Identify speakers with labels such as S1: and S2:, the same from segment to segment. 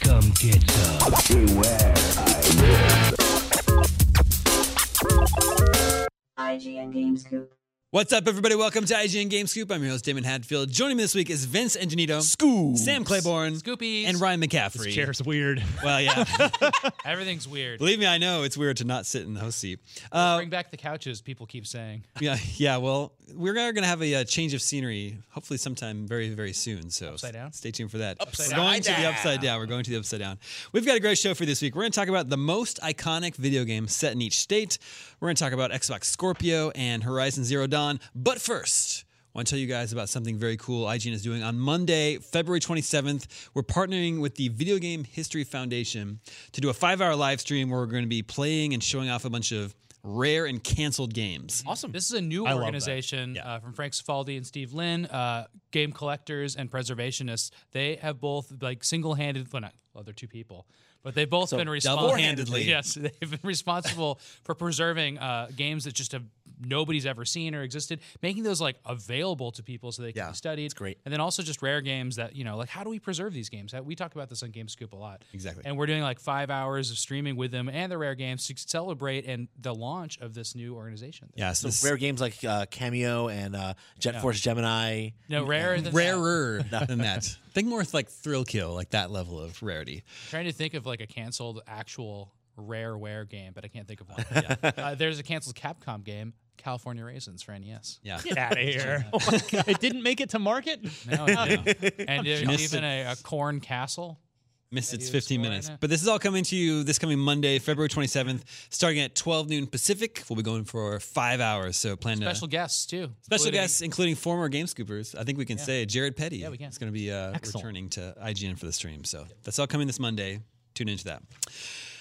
S1: come get some.
S2: IGN Games Coop.
S3: What's up, everybody? Welcome to IGN Game Scoop. I'm your host, Damon Hadfield. Joining me this week is Vince Angelito,
S4: Scoop.
S3: Sam Claiborne,
S5: Scoopies.
S3: and Ryan McCaffrey.
S4: This chair's weird.
S3: Well, yeah.
S5: Everything's weird.
S3: Believe me, I know it's weird to not sit in the host seat.
S5: Bring back the couches, people keep saying.
S3: Yeah, yeah. Well, we're going to have a, uh change of scenery, hopefully sometime very, very soon. So
S5: Upside down?
S3: stay tuned for that.
S5: Upside
S3: we're going to the upside down. We're going to the upside down. We've got a great show for this week. We're going to talk about the most iconic video game set in each state. We're going to talk about Xbox Scorpio and Horizon Zero Dawn. But first. I want to tell you guys about something very cool IGN is doing on Monday, February 27th. We're partnering with the Video Game History Foundation to do a five hour live stream where we're going to be playing and showing off a bunch of rare and canceled games.
S5: Awesome. This is a new
S4: love that.
S5: organization uh, from Frank Cifaldi and Steve Lynn, uh, game collectors and preservationists. They have both like single-handed, well, not well, they're two people, but they've both been responsible.
S3: double-handedly.
S5: Yes, they've been responsible for preserving uh, games that just have nobody's ever seen or existed, making those like available to people so they can be studied. It's
S4: great.
S5: And then also just rare games that you know, like how do we preserve these games? How- We talk about this on Game Scoop a lot.
S3: Exactly.
S5: And we're doing like five hours of streaming with them and the rare games to celebrate and the launch of this new organization.
S3: Yeah, so this-
S6: rare games like uh, Cameo and uh, Jet Force Gemini.
S5: No, rarer than that.
S3: rarer than that. Think more with like thrill kill, like that level of rarity.
S5: Trying to think of like a canceled actual rareware game, but I can't think of one. Yeah. uh, there's a canceled Capcom game, California Raisins for E NES.
S3: Yeah.
S4: Get out of here. Oh my God. It didn't make it to market?
S5: No, it- no. and there's
S3: Missed
S5: even a, a corn castle.
S3: Missed its
S5: you
S3: 15
S5: explore
S3: minutes.
S5: it?
S3: But this is all coming to you this coming Monday, February 27th, starting at 12 noon Pacific. We'll be going for five hours. So plan to.
S5: Special guests too.
S3: Special
S5: including-
S3: guests, including former Game Scoopers. I think we can say Jared Petty yeah,
S5: we can.
S3: is going to be uh,
S4: Excellent.
S3: returning to IGN for the stream. So that's all coming this Monday. Tune into that.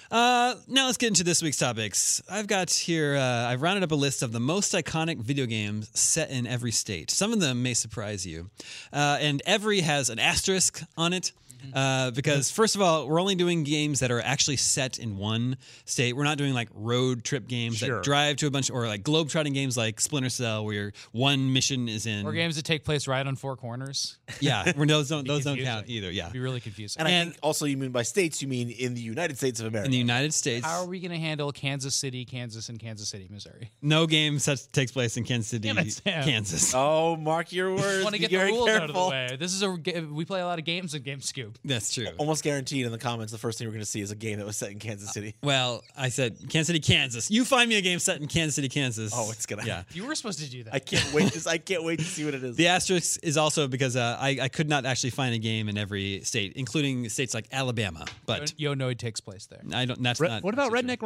S3: Uh, now let's get into this week's topics. I've got here, uh, I've rounded up a list of the most iconic video games set in every state. Some of them may surprise you. Uh, and every has an asterisk on it. Uh, because first of all, we're only doing games that are actually set in one state. We're not doing like road trip games that
S4: Sure.
S3: drive to a bunch or like globetrotting games like Splinter Cell, where your one mission is in.
S5: Or games that take place right on four corners.
S3: Yeah, we're- those don't those don't
S5: confusing.
S3: count either. Yeah,
S5: It'd be really confusing.
S6: And, I
S3: And-
S6: think also you mean by states, you mean in the United States of America.
S3: in the United States,
S5: How are we going to handle Kansas City, Kansas, and Kansas City, Missouri?
S3: no game such takes place in Kansas City,
S5: Damn it, Sam.
S3: Kansas.
S6: oh, mark your words.
S5: want to
S6: Be
S5: get the
S6: very
S5: rules out of the
S6: careful.
S5: way. This is a ga- we play a lot of games in Game Scoop. GameCube.
S3: That's true.
S6: Almost guaranteed in the comments, the first thing we're going to see is a game that was set in Kansas City.
S3: Well, I said Kansas City, Kansas. You find me a game set in Kansas City, Kansas.
S6: Oh, it's gonna
S3: yeah.
S6: happen.
S5: You were supposed to do that.
S6: I can't wait. To, I can't wait to see what it is.
S3: The asterisk is also because uh, I, I could not actually find a game in every state, including states like Alabama. But
S5: Yo Noid takes place there.
S3: I don't. That's
S4: Re-
S3: not.
S4: what about
S3: that's not
S4: Redneck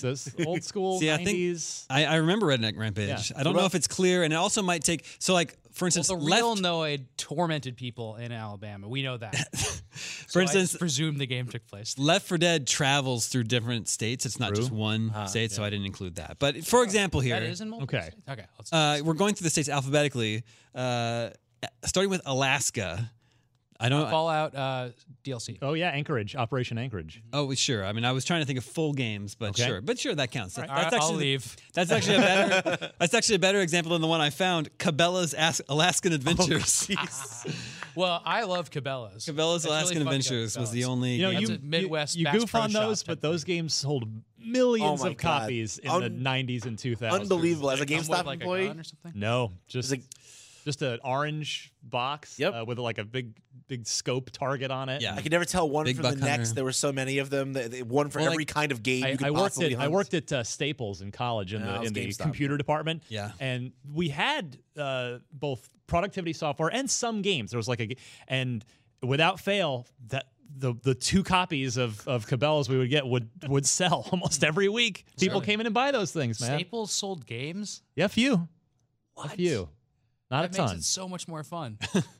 S4: Those old school
S3: See, I think-
S4: 90s.
S3: true. I, I remember Redneck Rampage.
S4: Yeah.
S3: I don't know if it's clear, and it also might take. So, like for instance,
S5: the
S3: left.
S5: real Noid tormented people in Alabama. We know that.
S3: for
S5: So I
S3: instance,
S5: presume the game took place.
S3: Left for Dead travels through different states. It's not just one state, so I didn't include that. But for example, here
S5: That is in multiple
S4: Okay.
S5: states? Okay. Let's
S3: uh, we're going through the states alphabetically, uh, starting with Alaska. I don't.
S5: Fallout uh, DLC.
S4: Oh yeah, Anchorage, Operation Anchorage.
S3: oh, sure. I mean, I was trying to think of full games, but
S4: Okay.
S3: sure, but sure, that counts. That-
S5: All right, I'll
S3: the-
S5: leave.
S3: That's actually a better. that's actually a better example than the one I found. Cabela's As- Alaskan Adventures.
S5: Well, I love Cabela's.
S3: Cabela's
S5: It's
S3: Alaskan
S5: really fun to go to
S3: Adventures was the
S5: Cabela's.
S3: only.
S4: You know,
S3: game.
S5: That's
S4: you
S5: a Midwest
S4: You, you
S5: Bass
S4: goof
S5: Pro
S4: on
S5: Shop
S4: those,
S5: type
S4: but those games sold millions
S6: Oh my
S4: of
S6: God.
S4: copies in the
S6: Un-
S4: 90s and 2000s.
S6: Unbelievable. As a
S5: Come with,
S6: GameStop
S5: like, a
S6: employee,
S5: gun or something?
S4: No, just
S6: It's
S4: just an orange box
S6: Yep.
S4: uh, with like a big big scope target on it.
S3: Yeah.
S6: I could never tell one
S3: Big
S6: from
S3: Buck
S6: the next.
S3: Hunter.
S6: There were so many of them. that they- One for
S3: Well,
S6: every
S3: like,
S6: kind of game
S4: I,
S6: you could
S4: I worked
S6: possibly
S4: at I
S6: hunt.
S4: worked at uh, Staples in college in
S6: No, it
S4: the
S6: was
S4: in the
S6: GameStop.
S4: computer department.
S3: Yeah.
S4: and we had uh, both productivity software and some games. There was like a g- and without fail that. The, the two copies of, of Cabela's we would get would, would sell almost every week. People
S5: Really?
S4: came in and buy those things, man.
S5: Staples sold games.
S4: Yeah, a few.
S5: What?
S4: A few. Not
S5: That
S4: a
S5: makes
S4: ton.
S5: it so much more fun.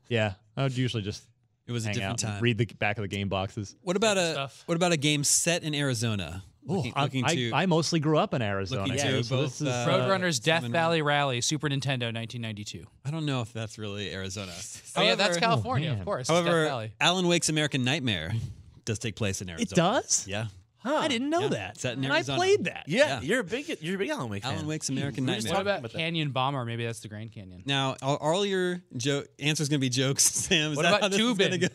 S4: Yeah. I would usually just
S3: it was a
S4: hang
S3: different
S4: out and
S3: time.
S4: read the back of the game boxes.
S3: What about a
S5: stuff.
S3: What about a game set in Arizona? Looking,
S4: I,
S3: looking
S4: I-
S3: to
S4: I mostly grew up in Arizona.
S3: looking
S4: too,
S3: to
S4: so this
S3: both,
S4: is,
S3: uh,
S5: Roadrunner's Death
S3: Simon-
S5: Valley Rally, Super Nintendo, 1992.
S3: I don't know if that's really Arizona.
S5: oh yeah, that's
S3: However-
S5: California, of
S4: man.
S5: course. it's Death
S3: However,
S5: Valley.
S3: Alan Wake's American Nightmare does take place in Arizona.
S4: it does?
S3: Yeah.
S4: I didn't know
S3: Yeah.
S4: that.
S3: Set in
S4: and I
S3: Arizona.
S4: played that.
S6: yeah,
S3: yeah.
S6: you're a big you're a big Alan Wake fan.
S3: Alan Wake's American
S6: we were just
S3: Nightmare.
S5: What
S6: talking
S5: about
S6: about that.
S5: Canyon Bomber? Maybe that's the Grand Canyon.
S3: Now, all, all your jo- answers going to be jokes, Sam. Is
S5: What
S3: that
S5: about
S3: how this is gonna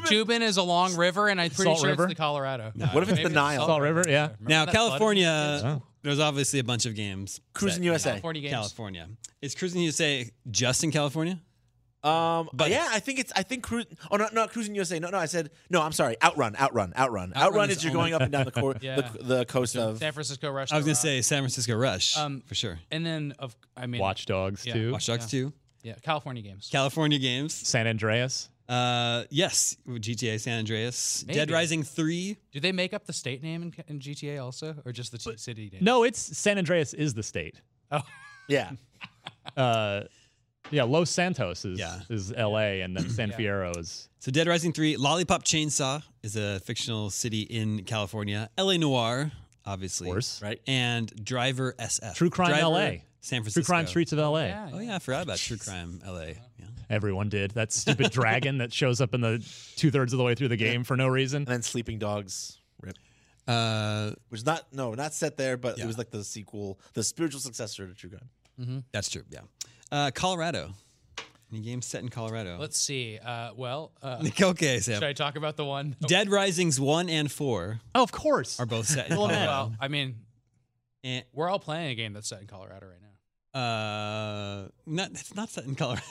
S3: go?
S5: Tubin is a long river, and I'm pretty
S4: Salt
S5: sure
S4: River?
S5: it's the Colorado.
S6: What if it's
S5: Maybe
S6: the Nile?
S3: Oh,
S4: Salt River, yeah. Oh.
S5: Remember
S3: Now,
S5: that flood?
S3: California, there's obviously a bunch of games.
S6: Cruising
S3: set
S6: USA.
S5: California
S3: in
S5: games.
S3: California. Is Cruising USA just in California?
S6: Um,
S3: But-
S6: but yeah, I think it's I think cruise. Oh no, not cruising USA. No, no, I said no. I'm sorry. Outrun, outrun, outrun, outrun.
S3: is
S6: is, you're
S3: only-
S6: going up and down the, cor-
S5: Yeah.
S6: the the coast of.
S5: San Francisco Rush.
S3: I was going to
S5: Hour.
S3: say San Francisco Rush,
S5: Um,
S3: for sure.
S5: and then of I mean,
S4: Watch Dogs,
S5: Yeah.
S4: too.
S3: Watch Dogs 2,
S5: yeah, California games.
S3: California games.
S4: San Andreas.
S3: Uh, yes, GTA San Andreas, Dead
S5: Maybe.
S3: Rising 3.
S5: Do they make up the state name in, in GTA also, or just the t- city name?
S4: No, it's San Andreas is the state.
S6: yeah,
S4: Uh, yeah, Los Santos is
S3: Yeah.
S4: is L.A. and then San Fierro is
S3: So Dead Rising 3, Lollipop Chainsaw is a fictional city in California. LA Noir, obviously.
S4: Of course.
S6: right.
S3: And Driver SF.
S4: True Crime
S3: Driver,
S4: LA.
S3: San Francisco.
S4: True Crime Streets of L.A.
S3: Oh, yeah, I forgot about True Crime LA. Yeah.
S4: Everyone did that stupid dragon that shows up in the two thirds of the way through the game for no reason.
S6: And then Sleeping Dogs, rip.
S3: Uh,
S6: Which is not no, not set there, but
S3: Yeah.
S6: it was like the sequel, the spiritual successor to True Crime.
S3: that's true, yeah. Uh, Colorado. Any game set in Colorado?
S5: Let's see. Uh, well, uh,
S3: okay,
S5: should
S3: Sam.
S5: I talk about the one?
S3: Dead Risings 1 and 4
S4: Oh, of course.
S3: are both set in Colorado.
S5: Well, I mean,
S3: And,
S5: we're all playing a game that's set in Colorado right now.
S3: uh, not, it's not set in Colorado.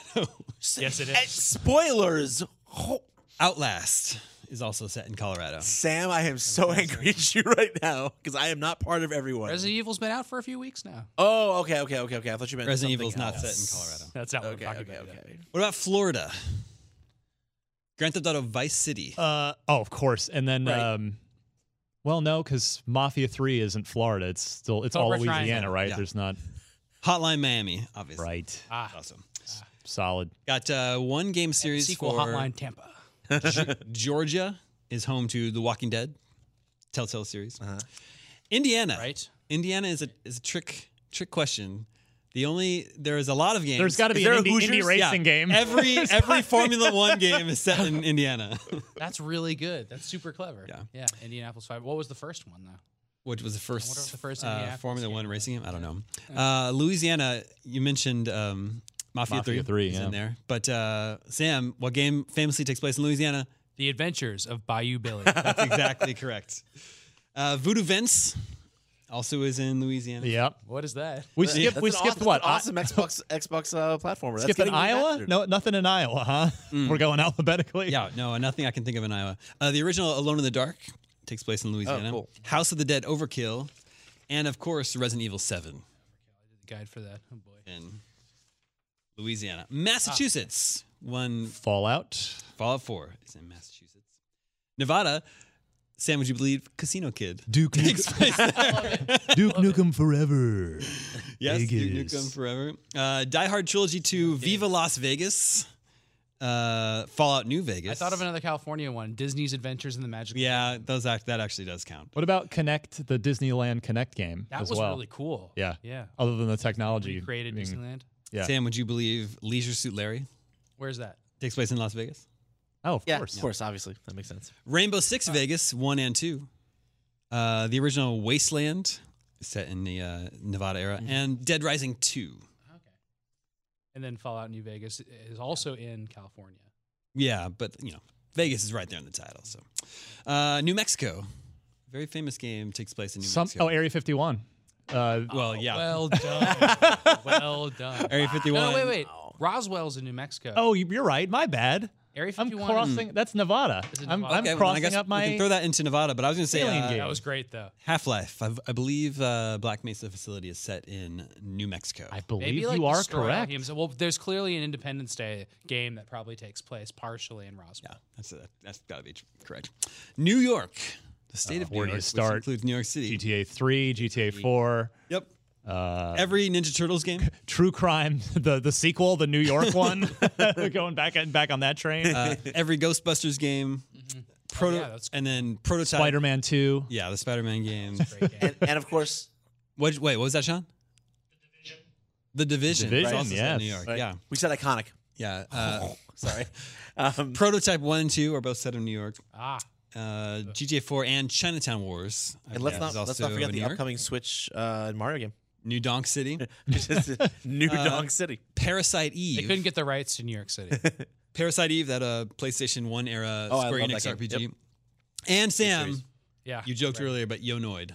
S5: Yes, it
S6: And spoilers. Ho-
S3: Outlast is also set in Colorado.
S6: Sam, I am so angry at you right now because I am not part of everyone.
S3: E
S5: Resident Evil's been out for a few weeks now.
S6: oh, okay, okay, okay, okay. I thought you meant
S3: Resident
S6: something
S3: Evil's not
S6: else.
S3: set in Colorado.
S5: That's not
S6: Okay, okay, okay.
S3: What about Florida? Grand Theft Auto Vice City.
S4: Uh, oh, of course. And then,
S3: Right.
S4: um, well, no, because Mafia Three isn't Florida. It's still it's
S5: Oh,
S4: all
S5: Red
S4: Louisiana,
S5: Triangle.
S4: right?
S3: Yeah.
S4: There's not
S3: Hotline Miami, obviously.
S4: right.
S5: Ah,
S3: Awesome.
S4: Solid.
S3: Got uh, one game series
S5: sequel
S3: for
S5: Hotline Tampa.
S3: Georgia is home to The Walking Dead, Telltale series.
S6: Uh-huh.
S3: Indiana,
S5: Right.
S3: Indiana is a is a trick trick question. The only there is a lot of games.
S4: There's got to be
S6: there
S4: an
S6: a
S4: indie,
S6: Hoosiers?
S4: indie
S3: Yeah,
S4: racing game.
S3: Every every Formula One game is set in Indiana,
S5: That's really good. That's super clever.
S3: Yeah.
S5: Yeah. Indianapolis Five. What was the first one though?
S3: which was the
S5: wonder
S3: first,
S5: if the first
S3: uh,
S5: Indianapolis
S3: Formula
S5: game
S3: One
S5: was-
S3: racing game. I don't know. Uh, Louisiana, you mentioned um, Mafia,
S4: Mafia
S3: Three,
S4: Three,
S3: is
S4: yeah.
S3: in there. But uh, Sam, what game famously takes place in Louisiana?
S5: The Adventures of Bayou Billy.
S3: That's exactly correct. Uh, Voodoo Vince, also is in Louisiana.
S4: Yep.
S5: What is that?
S4: We skipped.
S6: That's
S4: We
S6: an
S4: skipped
S6: awesome,
S4: what? I-
S6: Awesome Xbox Xbox uh, platformer. That's
S4: Skip in
S6: getting
S4: Iowa?
S6: remastered.
S4: No, nothing in Iowa, huh? We're going alphabetically.
S3: Yeah, no, nothing I can think of in Iowa. Uh, the original Alone in the Dark takes place in Louisiana.
S6: cool.
S3: House of the Dead Overkill, and of course Resident Evil Seven
S5: Guide for that. Oh boy.
S3: in
S5: Ah.
S3: Louisiana. Massachusetts won
S4: Fallout.
S3: Fallout Four is in Massachusetts. Nevada, Sam, would you believe Casino Kid?
S4: Duke
S3: Takes place there.
S4: Duke Nukem Forever.
S3: yes, Duke
S4: Vegas.
S3: Nukem Forever. Uh, Die Hard Trilogy Two, Viva Las Vegas, uh, Fallout New Vegas.
S5: I thought of another California one, Disney's Adventures in the Magic.
S3: Yeah, those act that actually does count.
S4: What about Connect, the Disneyland Connect game?
S5: That
S4: as
S5: was
S4: well?
S5: really cool.
S4: Yeah.
S5: Yeah.
S4: Other than the technology.
S5: Created
S4: being-
S5: Disneyland.
S4: Yeah.
S3: Sam, would you believe Leisure Suit Larry
S5: Where's that?
S3: takes place in Las Vegas?
S4: Oh, of
S6: Yeah,
S4: course.
S6: of course, obviously that makes sense.
S3: Rainbow Six Vegas one and two. Uh, the original Wasteland is set in the uh, Nevada era,
S5: Mm-hmm.
S3: and Dead Rising two.
S5: And then Fallout New Vegas is also in California.
S3: Yeah, but you know Vegas is right there in the title. So uh, New Mexico, very famous game takes place in New
S4: Some,
S3: Mexico.
S4: oh, Area 51. Uh,
S3: well, yeah,
S5: Well done. well done.
S3: Area fifty one.
S5: No, wait, wait. Roswell's in New Mexico.
S4: oh, you- you're right. My bad.
S5: Area
S4: I'm
S5: 51.
S4: crossing. That's Nevada.
S5: Is it
S4: I'm,
S5: Nevada?
S4: I'm
S3: well,
S5: Okay,
S3: then I
S4: crossing
S3: guess
S4: up
S3: we
S4: my.
S3: can throw that into Nevada, but I was going to say
S4: alien
S5: That
S3: uh,
S5: was great though.
S3: Half Life. I, I believe uh, Black Mesa facility is set in New Mexico.
S4: I believe
S5: Maybe like
S4: you are
S5: destroy all
S4: correct.
S5: humans. Well, there's clearly an Independence Day game that probably takes place partially in Roswell.
S3: Yeah, that's uh, that's got to be tr- correct. New York, the state
S4: Uh,
S3: of New
S4: where
S3: York,
S4: do you
S3: which
S4: start?
S3: includes New York City.
S4: GTA 3, GTA 4.
S3: Yep.
S4: Uh,
S3: Every Ninja Turtles game.
S4: True Crime, the the sequel, the New York one. Going back and back on that train.
S3: uh, every Ghostbusters game,
S4: Mm-hmm. Oh,
S3: proto-
S5: yeah, that's
S3: and then prototype.
S4: Spider Man 2.
S3: Yeah, the Spider-Man game.
S6: And, and of course,
S3: What, wait, what was that, Sean? The Division.
S4: Division,
S3: It's also set in New
S4: yes.
S3: York.
S4: Right.
S3: Yeah,
S6: we said iconic.
S3: yeah. Uh,
S6: Sorry, um,
S3: prototype one and two are both set in New York.
S5: Ah,
S3: Uh, GTA Four and Chinatown Wars. I
S6: and let's
S3: believe,
S6: not
S3: is
S6: let's
S3: also
S6: not forget
S3: in
S6: the
S3: New York.
S6: upcoming Switch uh, Mario game,
S3: New Donk City.
S6: Which is New Dong City.
S3: Parasite Eve.
S5: they couldn't get the rights to New York City.
S3: Parasite Eve, that uh, PlayStation One era
S6: Oh, I
S3: Square
S6: love
S3: Enix
S6: that game.
S3: RPG. And Sam,
S6: series.
S5: Yeah,
S3: you joked
S5: right.
S3: earlier, but Yonoid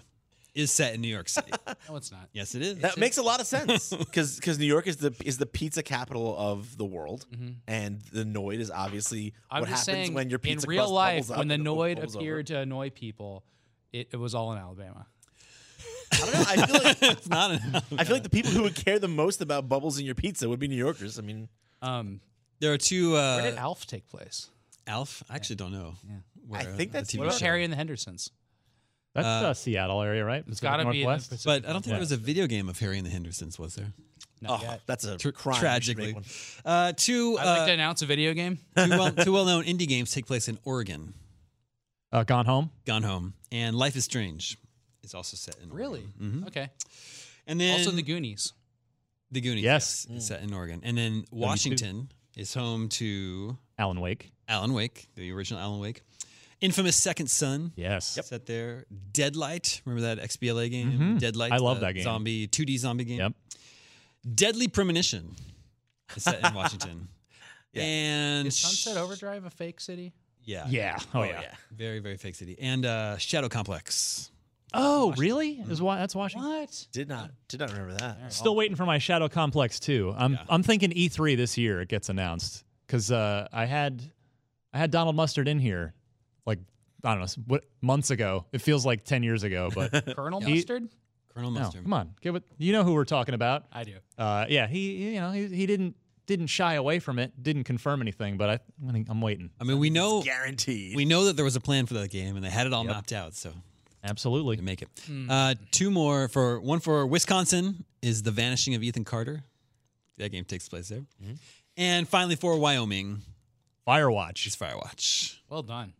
S3: is set in New York City.
S5: No, it's not.
S3: yes, it is.
S6: That makes a lot of sense because New York is the is the pizza capital of the world, and the Noid is obviously
S5: I'm
S6: what
S5: just
S6: happens
S5: saying,
S6: when your pizza
S5: in real
S6: crust
S5: life,
S6: bubbles up
S5: when the
S6: and it
S5: Noid
S6: bubbles over.
S5: appeared to annoy people, it, it was all in Alabama.
S6: I don't know. I feel like
S3: it's not enough.
S6: I feel like the people who would care the most about bubbles in your pizza would be New Yorkers. I mean,
S5: Um,
S3: There are two. Uh,
S5: where did Alf take place?
S3: Alf? I actually don't know. Yeah. Where,
S6: I think that's-
S3: the
S5: What
S3: TV
S5: about
S3: show.
S5: Harry and the Hendersons?
S4: That's uh, Seattle area, right? It's
S5: gotta be in the
S4: Northwest.
S5: Pacific
S3: But I don't think there was a video game of Harry and the Hendersons, was there?
S5: Not
S6: oh,
S5: yet.
S6: that's a
S3: Tr-
S6: crime. We should make
S3: Tragically.
S6: one.
S3: Uh, two
S5: I'd like to
S3: uh,
S5: announce a video game.
S3: two, well, two well-known indie games take place in Oregon.
S4: Uh, gone home.
S3: Gone Home and Life is Strange is also set in Oregon. Mm-hmm.
S5: Really? Okay.
S3: And then
S5: also, The Goonies.
S3: The Goonies.
S4: Yes.
S3: is set in Oregon. And then Washington is home to
S4: Alan Wake.
S3: Alan Wake, the original Alan Wake. Infamous Second Son.
S4: Yes.
S3: Set there. Deadlight. Remember that XBLA game? Deadlight.
S4: Mm-hmm. I love
S3: the
S4: that game.
S3: Zombie, 2D zombie game.
S4: Yep.
S3: Deadly Premonition is set in Washington. And
S5: Is Sunset Overdrive a fake city?
S3: Yeah.
S4: Yeah. Oh, yeah.
S3: Very, very fake city. And uh, Shadow Complex.
S4: Oh, really? Is why that's Washington.
S5: What?
S6: Did not did not remember that.
S4: Still waiting for my Shadow Complex too. I'm I'm thinking E3 this year it gets announced because uh, I had I had Donald Mustard in here like I don't know s- what months ago. It feels like ten years ago, but
S5: Colonel
S4: He-
S5: Mustard?
S3: Colonel
S4: no,
S3: Mustard.
S4: come on, give it. You know who we're talking about.
S5: I do.
S4: Uh, yeah, he he- you know he, he didn't didn't shy away from it, didn't confirm anything, but I I'm gonna- I'm waiting.
S3: I mean, we know
S6: Guaranteed.
S3: we know that there was a plan for that game, and they had it all mapped out. So
S4: Absolutely.
S3: to make it.
S5: Hmm.
S3: Uh, two more for one for Wisconsin is the vanishing of Ethan Carter. That game takes place there.
S4: Mm-hmm.
S3: And finally for Wyoming
S4: Firewatch.
S3: is Firewatch.
S5: Well done.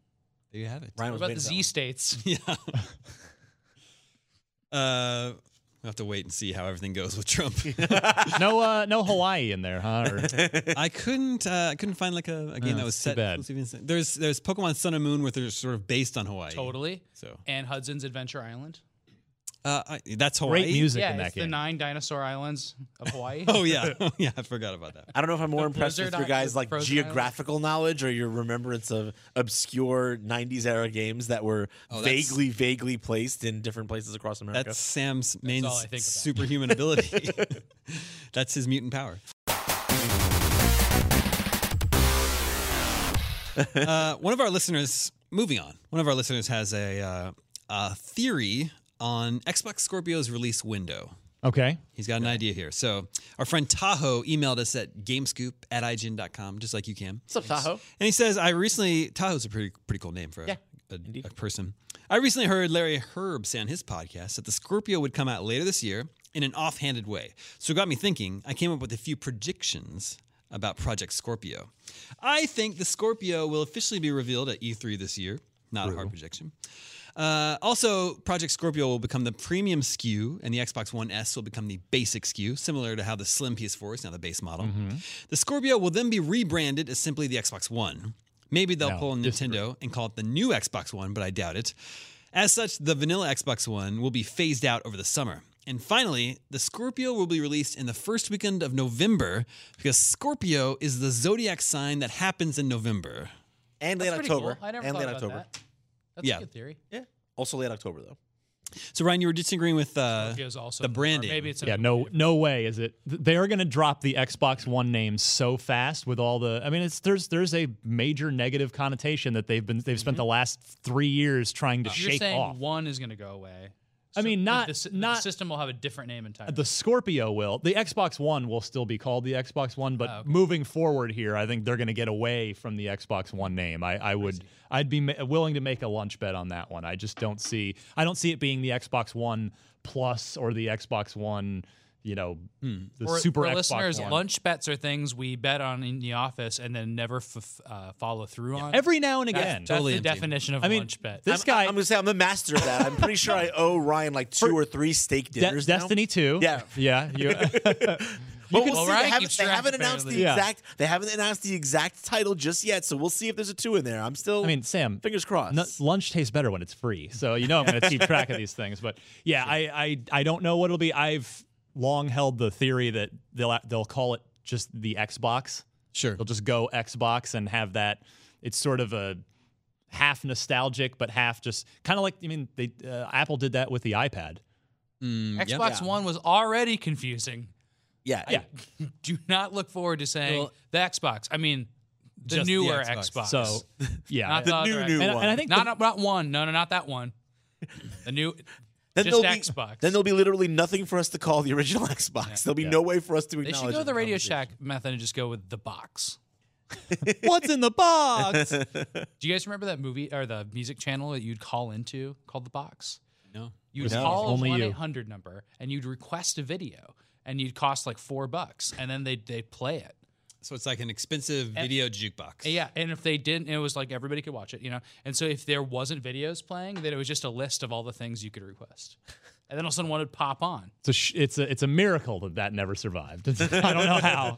S3: There you have it.
S6: Ryan
S5: What
S6: was
S5: about
S6: waiting
S5: the
S6: for
S5: Z states?
S3: Yeah. uh, we'll have to wait and see how everything goes with Trump.
S4: no, uh, no Hawaii in there, huh? Or-
S3: I couldn't. Uh, I couldn't find like a, a game
S4: Oh,
S3: that was
S4: it's too
S3: set.
S4: bad.
S3: exclusively in- There's there's Pokemon Sun and Moon where they're sort of based on Hawaii.
S5: totally.
S3: So
S5: And Hudson's Adventure Island.
S3: Uh, I, that's Hawaii.
S4: Great music
S5: yeah,
S4: in that
S5: it's the
S4: game.
S5: nine dinosaur islands of Hawaii.
S3: Oh yeah, oh, yeah. I forgot about that.
S6: I don't know if I'm more
S5: The
S6: impressed with
S5: Blizzard
S6: your
S5: Island-
S6: guys' like
S5: Frozen
S6: geographical knowledge or your remembrance of obscure '90s era games that were
S3: Oh, that's-
S6: vaguely, vaguely placed in different places across America.
S3: That's Sam's main
S5: all I think about.
S3: superhuman ability. that's his mutant power. Uh, one of our listeners, moving on, one of our listeners has a, uh, a theory on Xbox Scorpio's release window.
S4: Okay.
S3: He's got an idea here. So, our friend Tahoe emailed us at gamescoop at IGN.com, just like you can.
S6: What's up, Tahoe?
S3: And he says, I recently, Tahoe's a pretty pretty cool name for a, a- a person. I recently heard Larry Herb say on his podcast that the Scorpio would come out later this year in an offhanded way. So it got me thinking. I came up with a few predictions about Project Scorpio. I think the Scorpio will officially be revealed at E3 this year. Not a hard prediction. Uh, also, Project Scorpio will become the premium SKU, and the Xbox One S will become the basic SKU, similar to how the Slim PS4 is now the base model. The Scorpio will then be rebranded as simply the Xbox One. Maybe they'll
S4: No,
S3: pull a Nintendo and call it the new Xbox One, but I doubt it. As such, the vanilla Xbox One will be phased out over the summer. And finally, the Scorpio will be released in the first weekend of November because Scorpio is the zodiac sign that happens in November.
S6: And late
S5: That's pretty
S6: October.
S5: Cool. I never
S6: and
S5: thought
S6: late
S5: about
S6: October.
S5: that. That's
S3: Yeah.
S5: a good theory.
S6: Yeah. Also late October though.
S3: So, Ryan, you were disagreeing with. Uh,
S5: Scorpio's also
S3: the
S5: in November.
S3: branding.
S5: Maybe it's
S4: Yeah, no, no way is it. th- They are going to drop the Xbox One name so fast with all the. I mean, it's there's there's a major negative connotation that they've been they've spent the last three years trying to
S5: Mm-hmm. You're
S4: shake
S5: saying
S4: off.
S5: one is going to go away.
S4: I mean,
S5: the-
S4: not-
S5: the, s-
S4: not-
S5: the system will have a different name entirely.
S4: Uh, The Scorpio will. The Xbox One will still be called the Xbox One, but
S5: Ah,
S4: moving forward here, I think they're going to get away from the Xbox One name. I, I would, I'd be ma- willing to make a lunch bet on that one. I just don't see, I don't see it being the Xbox One Plus or the Xbox One, you know, the
S5: Hmm. for,
S4: Super
S5: for
S4: Xbox
S5: listeners,
S4: One.
S5: lunch bets are things we bet on in the office and then never f- uh, follow through on.
S4: Every now and
S5: that's,
S4: again,
S5: that's
S3: Totally
S5: the
S3: am team.
S5: definition of
S4: I mean,
S5: lunch bet.
S4: this guy,
S6: I'm gonna say I'm the master of that. I'm pretty sure I owe Ryan like two or three steak
S4: De-
S6: dinners. now.
S4: Destiny Two,
S6: Yeah.
S4: yeah, you,
S6: But
S5: can-
S6: we'll see.
S5: Well, Ryan
S6: they haven't,
S5: keeps
S6: they
S5: track,
S6: haven't announced the
S5: apparently.
S4: Yeah.
S6: exact. They haven't announced the exact title just yet. So we'll see if there's a two in there. I'm still.
S4: I mean, Sam,
S6: fingers crossed.
S4: nu- lunch tastes better when it's free, so you know I'm going to keep track of these things. But yeah, I, I I don't know what it'll be. I've long held the theory that they'll they'll call it just the Xbox.
S3: sure.
S4: They'll just go Xbox and have that. It's sort of a half nostalgic, but half just kind of like I mean, they uh, Apple did that with the iPad.
S3: Mm, yep.
S5: Xbox One was already confusing.
S6: yeah,
S4: Yeah,
S5: Do not look forward to saying
S3: Well-
S5: the Xbox. I mean, the
S3: Just the
S5: newer
S3: Xbox.
S5: Xbox.
S4: so yeah,
S5: not the,
S6: new,
S5: other
S6: new
S5: Xbox.
S4: and, I-
S6: one.
S4: and I think
S5: Not,
S4: the-
S5: not one. No, no, not that one. The new.
S6: Then
S5: just
S6: there'll be-
S5: Xbox.
S6: Then there'll be literally nothing for us to call the original Xbox. There'll be no way for us to
S5: They
S6: acknowledge.
S5: should go
S6: it
S5: to
S6: in
S5: the Radio
S6: conversation.
S5: Shack method and just go with the box.
S3: What's in the box?
S5: Do you guys remember that movie or the music channel that you'd call into called The Box?
S3: no.
S5: You'd
S4: No.
S5: call
S4: Only
S5: one
S4: you.
S5: eight hundred number and you'd request a video and you'd cost like four bucks and then they they play it.
S3: So it's like an expensive video jukebox.
S5: And Eh. yeah, and if they didn't, it was like everybody could watch it, you know. And so if there wasn't videos playing, then it was just a list of all the things you could request. And then all of a sudden one would pop on.
S4: it's a sh- it's a it's a miracle that that never survived. I don't know how.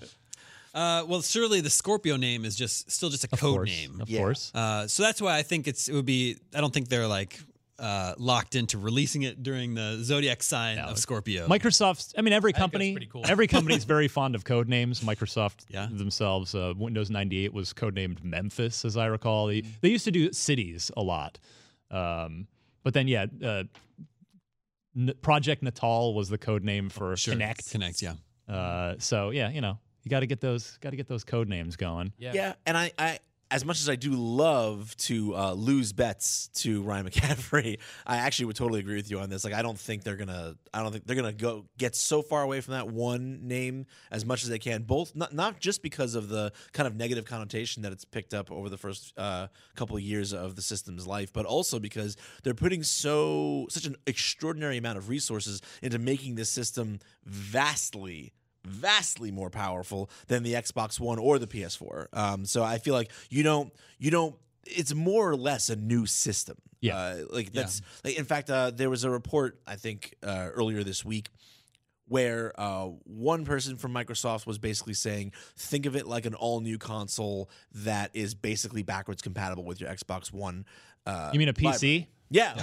S3: Uh, well, surely the Scorpio name is just still just a code
S4: course,
S3: name.
S4: of
S6: Yeah.
S4: course.
S3: Uh, so that's why I think it's it would be. I don't think they're like uh, locked into releasing it during the zodiac sign of Scorpio.
S4: Microsoft's. I mean, every company.
S5: pretty cool.
S4: Every company's very fond of code names. Microsoft
S3: Yeah.
S4: themselves. Uh, Windows 98 was codenamed Memphis, as I recall. They,
S5: Mm-hmm.
S4: they used to do cities a lot, um, but then yeah, uh, N- Project Natal was the code name for Connect.
S3: Connect. Yeah.
S4: Uh, so yeah, you know, you got to get those got to get those code names going.
S5: Yeah.
S6: Yeah, and I, I as much as I do love to uh, lose bets to Ryan McCaffrey, I actually would totally agree with you on this. Like, I don't think they're gonna, I don't think they're gonna go get so far away from that one name as much as they can. Both not not just because of the kind of negative connotation that it's picked up over the first uh, couple of years of the system's life, but also because they're putting so such an extraordinary amount of resources into making this system vastly vastly more powerful than the Xbox One or the PS4. Um, so I feel like you don't you don't. It's more or less a new system.
S4: Yeah.
S6: Uh, like that's like, in fact uh, there was a report I think uh, earlier this week where uh, one person from Microsoft was basically saying, think of it like an all new console that is basically backwards compatible with your Xbox One. Uh,
S4: You mean a PC?
S6: Yeah,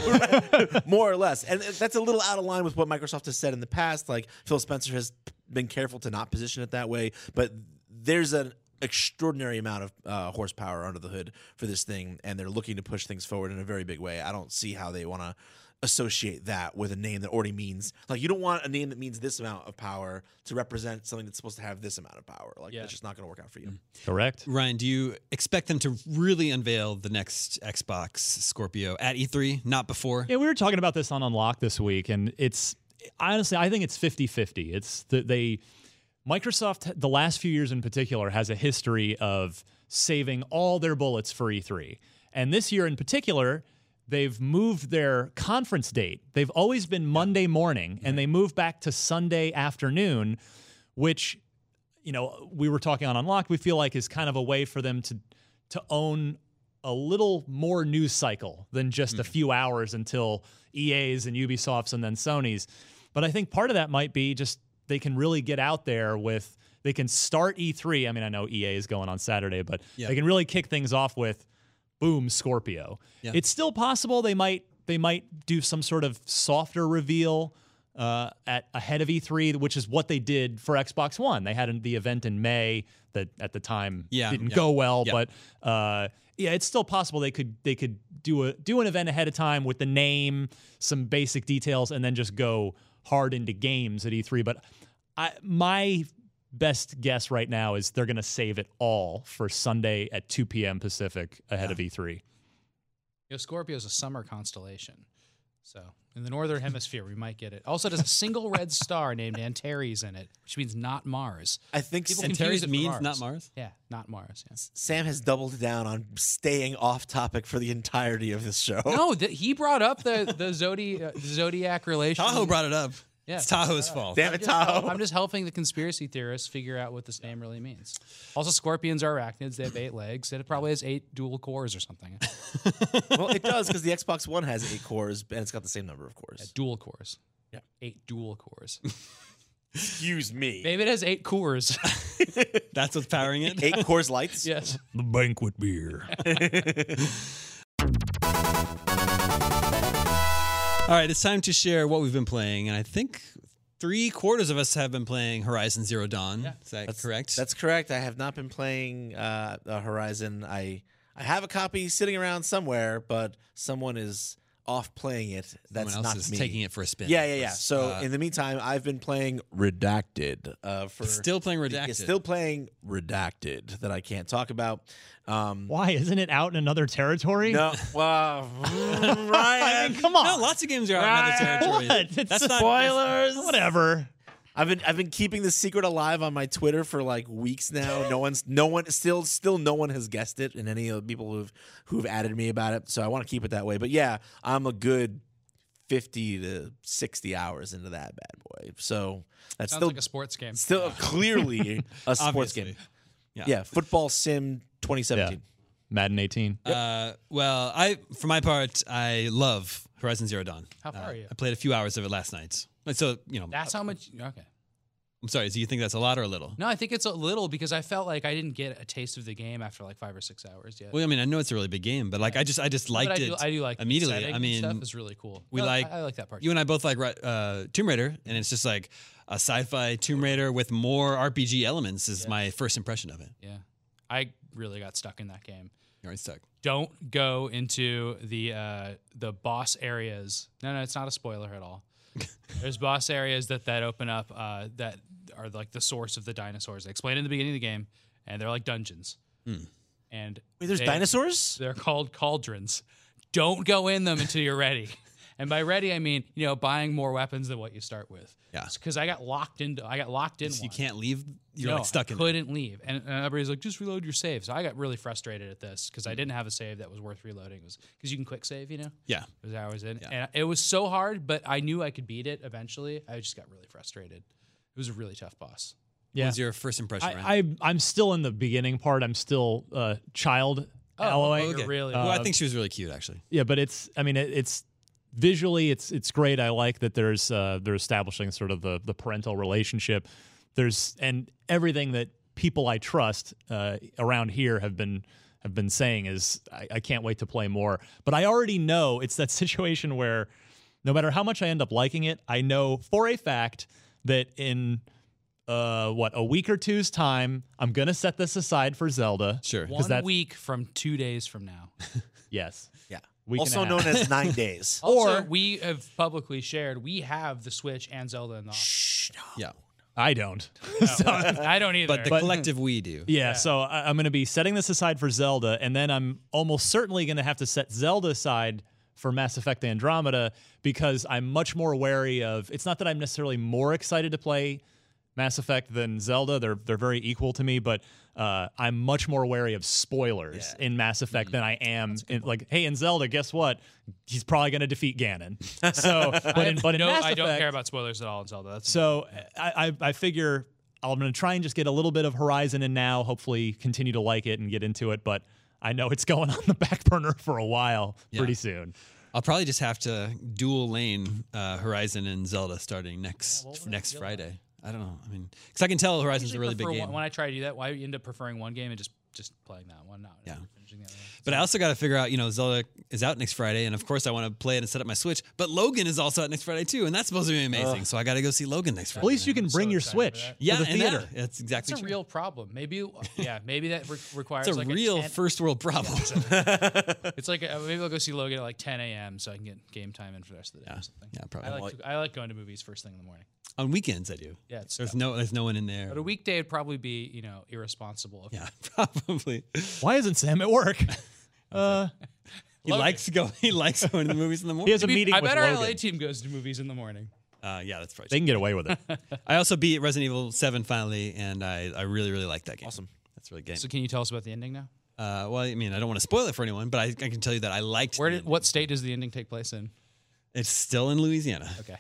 S6: right. more or less. And that's a little out of line with what Microsoft has said in the past. Like Phil Spencer has been careful to not position it that way, but there's an extraordinary amount of uh, horsepower under the hood for this thing, and they're looking to push things forward in a very big way. I don't see how they want to associate that with a name that already means like you don't want a name that means this amount of power to represent something that's supposed to have this amount of power like
S5: Yeah. Mm-hmm.
S6: that's just not going to work out for you
S4: Correct.
S3: Ryan, do you expect them to really unveil the next Xbox Scorpio at E3? Not before.
S4: Yeah, we were talking about this on Unlock this week, and it's honestly, I think it's 50 50. It's that they, Microsoft, the last few years in particular, has a history of saving all their bullets for E3. And this year in particular, they've moved their conference date. They've always been Monday morning, and they moved back to Sunday afternoon, which you know, we were talking on Unlocked, we feel like is kind of a way for them to to own a little more news cycle than just a few hours until EA's and Ubisoft's and then Sony's. But I think part of that might be just they can really get out there with they can start E3. I mean, I know EA is going on Saturday, but
S3: Yeah.
S4: they can really kick things off with boom Scorpio.
S3: Yeah.
S4: It's still possible they might they might do some sort of softer reveal uh, at ahead of E3, which is what they did for Xbox One. They had an- the event in May that at the time
S3: Yeah,
S4: didn't
S3: yeah,
S4: go well,
S3: yeah.
S4: but uh, yeah, it's still possible they could they could do a do an event ahead of time with the name, some basic details, and then just go hard into games at E3. But I, my best guess right now is they're going to save it all for Sunday at 2 p.m. Pacific ahead of E E3.
S5: You know, Scorpio is a summer constellation. So in the northern hemisphere, we might get it. Also, there's a single red star named Antares in it, which means not Mars.
S6: i think
S5: People
S6: Sam-
S5: confuse
S3: Antares
S5: it for
S3: means
S5: Mars.
S3: not Mars.
S5: Yeah, not Mars. Yeah.
S6: sam has doubled down on staying off topic for the entirety of this show
S5: No, th- he brought up the the zodi- uh, zodiac relation.
S3: Tahoe brought it up.
S5: Yeah.
S3: it's Tahoe's fault.
S6: damn it tahoe
S5: I'm just helping the conspiracy theorists figure out what this name really means. Also, scorpions are arachnids. They have eight legs. It probably has eight dual cores or something.
S6: well it does because the xbox one has eight cores and it's got the same number of cores
S5: dual cores. Yeah. Eight dual cores.
S6: excuse me
S5: Maybe it has eight cores.
S3: That's what's powering it.
S6: eight cores lights
S5: yes.
S4: The banquet beer.
S3: All right, it's time to share what we've been playing, and I think three quarters of us have been playing Horizon Zero Dawn. Is that correct?
S6: That's correct. I have not been playing uh, uh, Horizon. I I have a copy sitting around somewhere, but someone is off playing it. That's
S3: Someone else
S6: not
S3: is
S6: me.
S3: taking it for a spin.
S6: Yeah, yeah, yeah.
S3: That's,
S6: So
S3: uh,
S6: in the meantime, I've been playing Redacted. Uh, for
S3: still playing Redacted.
S6: Yeah, still playing Redacted that I can't talk about. Um,
S4: Why isn't it out in another territory?
S6: no, well,
S4: I
S6: Ryan.
S4: mean, come on.
S3: no, lots of games are out in other territories.
S4: What? It's
S3: That's
S4: a-
S3: not
S4: spoilers. Whatever.
S6: I've been I've been keeping the secret alive on my Twitter for like weeks now. No one's no one still still no one has guessed it, and any of the people who've who've added me about it. So I want to keep it that way. But yeah, I'm a good fifty to sixty hours into that bad boy. So that's
S5: Sounds
S6: still
S5: like a sports game.
S6: still clearly a sports
S3: Obviously.
S6: game.
S3: Yeah.
S6: Yeah. football sim 2017.
S4: Madden 18.
S3: Uh, well, I for my part, I love Horizon Zero Dawn.
S5: How far
S3: Uh,
S5: are you?
S3: I played a few hours of it last night. Like, So you know,
S5: That's how much. Okay.
S3: I'm sorry. Do you think that's a lot or a little?
S5: No, I think it's a little because I felt like I didn't get a taste of the game after like five or six hours yet.
S3: Well, I mean, I know it's a really big game, but like, I just, I just
S5: But
S3: liked
S5: I
S3: it.
S5: do, I do like the
S3: immediately.
S5: setting
S3: I
S5: and
S3: mean,
S5: stuff is really cool.
S3: we
S5: No, I-
S3: like-
S5: I, like that part.
S3: you and I both like ri- uh, Tomb Raider, and it's just like a sci-fi Tomb Raider with more RPG elements. Is my first impression of it.
S5: yeah, I really got stuck in that game.
S3: You're already stuck.
S5: Don't go into the uh, the boss areas. No, no, it's not a spoiler at all. There's boss areas that that open up uh, that are like the source of the dinosaurs. They explain in the beginning of the game, and they're like dungeons.
S3: Hmm.
S5: And
S6: Wait, there's
S5: they-
S6: dinosaurs?
S5: They're called cauldrons. Don't go in them until you're ready. And by ready, I mean you know buying more weapons than what you start with.
S3: Yeah.
S5: Because I got locked into I got locked in.
S3: So you
S5: one.
S3: can't leave. You're
S5: no,
S3: like stuck
S5: I
S3: in. it.
S5: couldn't leave, and, and everybody's like, "Just reload your save." So I got really frustrated at this because I
S3: Mm-hmm.
S5: didn't have a save that was worth reloading. It was because you can quick save, you know.
S3: Yeah.
S5: It was hours in, and it was so hard, but I knew I could beat it eventually. I just got really frustrated. It was a really tough boss.
S3: What was your first impression? Ryan?
S4: I, I, I'm still in the beginning part. I'm still uh, child Alloy.
S5: okay. you're really-
S3: Oh, well, I
S4: uh,
S3: think she was really cute, actually.
S4: Yeah, but it's I mean it, it's visually it's it's great. I like that there's uh, they're establishing sort of the the parental relationship. There's and everything that people I trust uh, around here have been I've been saying is I, I can't wait to play more. But I already know it's that situation where no matter how much I end up liking it, I know for a fact that in uh, what a week or two's time, I'm gonna set this aside for Zelda.
S3: Sure.
S5: One
S4: that-
S5: week from two days from now.
S4: Yes.
S6: Yeah.
S4: Week and a
S6: also
S4: half.
S6: known as nine days.
S5: Also, we have publicly shared we have the Switch and Zelda in the office.
S3: Yeah.
S4: I don't.
S5: I don't either.
S3: But the collective we do.
S4: Yeah, so I, I'm going to be setting this aside for Zelda, and then I'm almost certainly going to have to set Zelda aside for Mass Effect Andromeda because I'm much more wary of. It's not that I'm necessarily more excited to play Mass Effect than Zelda; they're they're very equal to me, but. Uh, I'm much more wary of spoilers in Mass Effect than I am in like, hey, in Zelda, guess what? He's probably going to defeat Ganon. So, but in, but in
S5: no,
S4: Mass
S5: I don't
S4: Effect-
S5: care about spoilers at all in Zelda. That's
S4: so I, I, I figure I'm going to try and just get a little bit of Horizon in now, hopefully continue to like it and get into it. But I know it's going on the back burner for a while pretty soon.
S3: I'll probably just have to dual lane uh, Horizon and Zelda starting next next Friday. I don't know. I mean, because I can tell Horizon's a
S5: usually
S3: really big
S5: prefer
S3: game.
S5: one- when I try to do that, why you end up preferring one game and just just playing that one, not
S3: Yeah.
S5: finishing the other one.
S3: But I also got to figure out, you know, Zelda is out next Friday, and of course I want to play it and set up my Switch. But Logan is also out next Friday too, and that's supposed to be amazing. so I got to go see Logan next Friday.
S4: At least you can bring your
S5: excited for
S4: Switch
S5: that.
S4: to
S3: yeah,
S4: the
S3: and that-
S4: theater.
S3: that's exactly.
S5: It's a
S3: true.
S5: real problem. Maybe, uh, yeah, maybe that re- requires
S3: It's a
S5: like
S3: real
S5: A 10
S3: first world problem.
S5: it's like uh, maybe I'll go see Logan at like 10 a.m. so I can get game time in for the rest of the day or something.
S3: yeah,
S5: I
S3: probably.
S5: like to, I like going to movies first thing in the morning.
S3: On weekends I do.
S5: Yeah, it's
S3: There's
S5: tough.
S3: no there's no one in there.
S5: But a weekday would probably be you know irresponsible.
S3: Yeah, probably.
S4: Why isn't Sam at work? Uh,
S3: He likes go. He likes going to the movies in the
S4: he
S3: morning.
S4: has a meeting
S5: I
S4: with
S5: bet our
S4: Logan.
S5: LA team goes to movies in the morning.
S3: Uh, yeah, that's probably.
S4: they can get away with it.
S3: true. I also beat Resident Evil Seven finally, and I, I really really like that game. Awesome. That's a really good game.
S5: So can you tell us about the ending now?
S3: Uh, well, I mean, I don't want to spoil it for anyone, but I, I can tell you that I liked.
S5: Where
S3: the
S5: did what state does the ending take place in?
S3: It's still in Louisiana.
S5: Okay.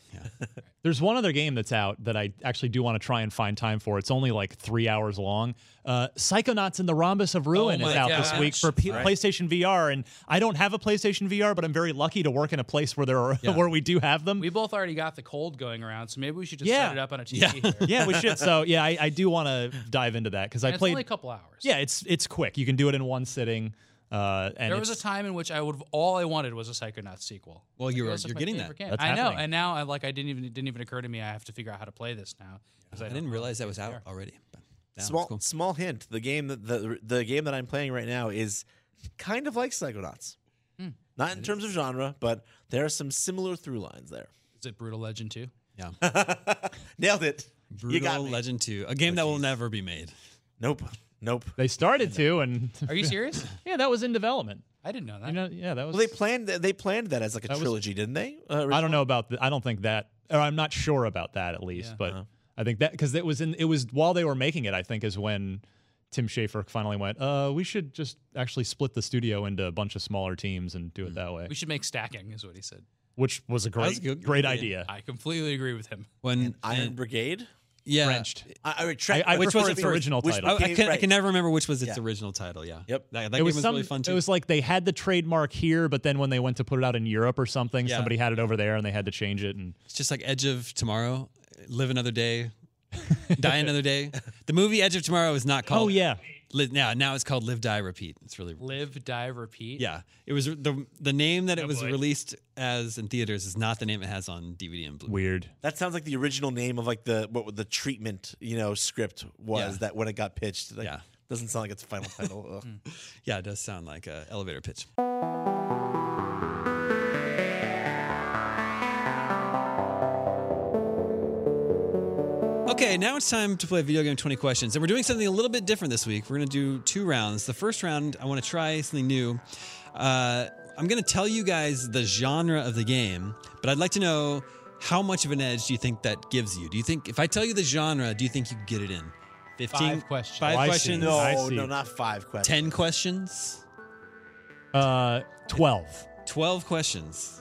S4: There's one other game that's out that I actually do want to try and find time for. It's only like three hours long. Uh, Psychonauts and the Rhombus of Ruin
S5: Oh
S4: is
S5: my
S4: out this
S5: gosh.
S4: week for P- PlayStation VR, and I don't have a PlayStation VR, but I'm very lucky to work in a place where there are where we do have them.
S5: We both already got the cold going around, so maybe we should just
S4: Yeah.
S5: set it up on a TV.
S3: Yeah.
S5: Here.
S4: yeah, we should. So yeah, I, I do want to dive into that because I
S5: And it's
S4: played.
S5: only a couple hours.
S4: yeah, it's it's quick. You can do it in one sitting. Uh, and
S5: There was a
S4: it's-
S5: time in which I would all I wanted was a Psychonauts sequel.
S3: Well, you're-
S5: it was, like,
S3: you're
S5: my
S3: getting that.
S5: favorite game.
S4: That's
S5: I know,
S4: happening.
S5: and now I like I didn't even it didn't even occur to me I have to figure out how to play this now. 'cause
S3: I
S5: don't
S3: didn't
S5: know.
S3: realize that was out already. But yeah,
S6: small
S3: that's cool.
S6: small hint. The game that the the game that I'm playing right now is kind of like Psychonauts. Not in terms of genre, but there are some similar through lines there.
S5: Is it Brutal Legend too?
S3: Yeah.
S6: Nailed it. you got
S3: Brutal
S6: me.
S3: Legend 2, a game that will never be made.
S6: Nope. Nope.
S4: they started to, and
S5: Are you serious?
S4: yeah, that was in development.
S5: I didn't know that.
S4: You know, yeah, that was.
S6: Well, they planned they planned that as like a
S4: was-
S6: trilogy, didn't they? Uh,
S4: I don't know about. The, I don't think that, or I'm not sure about that at least. but I think that because it was in, it was while they were making it. I think is when Tim Schafer finally went. Uh, we should just actually split the studio into a bunch of smaller teams and do it that way,
S5: Mm. we should make stacking, is what he said.
S4: which was a great,
S3: was good.
S4: great
S3: Yeah.
S4: idea.
S5: I completely agree with him.
S3: When
S6: Iron
S3: and-
S6: Brigade.
S3: yeah,
S4: Frenched.
S6: I, I, retract-
S4: I- I
S6: which
S4: prefer
S6: was
S4: its
S6: the
S4: original
S6: which
S4: title.
S3: I, I
S6: game-
S3: can, I
S6: right.
S3: can never remember which was its
S6: Yeah.
S3: original title. Yeah.
S6: Yep.
S3: That, that
S4: it
S3: game
S4: was,
S3: was,
S4: some,
S3: really fun too.
S4: It was like they had the trademark here, but then when they went to put it out in Europe or something,
S3: Yeah.
S4: somebody had it over there and they had to change it. And
S3: it's just like Edge of Tomorrow, Live Another Day, Die Another Day. The movie Edge of Tomorrow is not called.
S4: oh yeah,
S3: Li- now, now it's called Live, Die, Repeat. It's really.
S5: Live, die, repeat.
S3: Yeah. It was the the name that it was
S5: boy.
S3: released as in theaters is not the name it has on DVD and Blu-ray.
S4: weird.
S6: That sounds like the original name of like the what the treatment you know script was
S3: Yeah.
S6: that when it got pitched. Like,
S3: Yeah.
S6: doesn't sound like its final title. Ugh.
S3: Yeah, it does sound like a elevator pitch. Okay, now it's time to play video game 20 questions. And we're doing something a little bit different this week. We're going to do two rounds. The first round, I want to try something new. Uh, I'm going to tell you guys the genre of the game, but I'd like to know how much of an edge do you think that gives you? Do you think, if I tell you the genre, do you think you can get it in? 15
S5: Five questions.
S3: Five
S4: Oh, I see.
S3: questions?
S4: No. I
S6: no,
S4: see.
S6: no, not five questions.
S3: 10 questions?
S4: Uh, Twelve.
S3: 12 questions.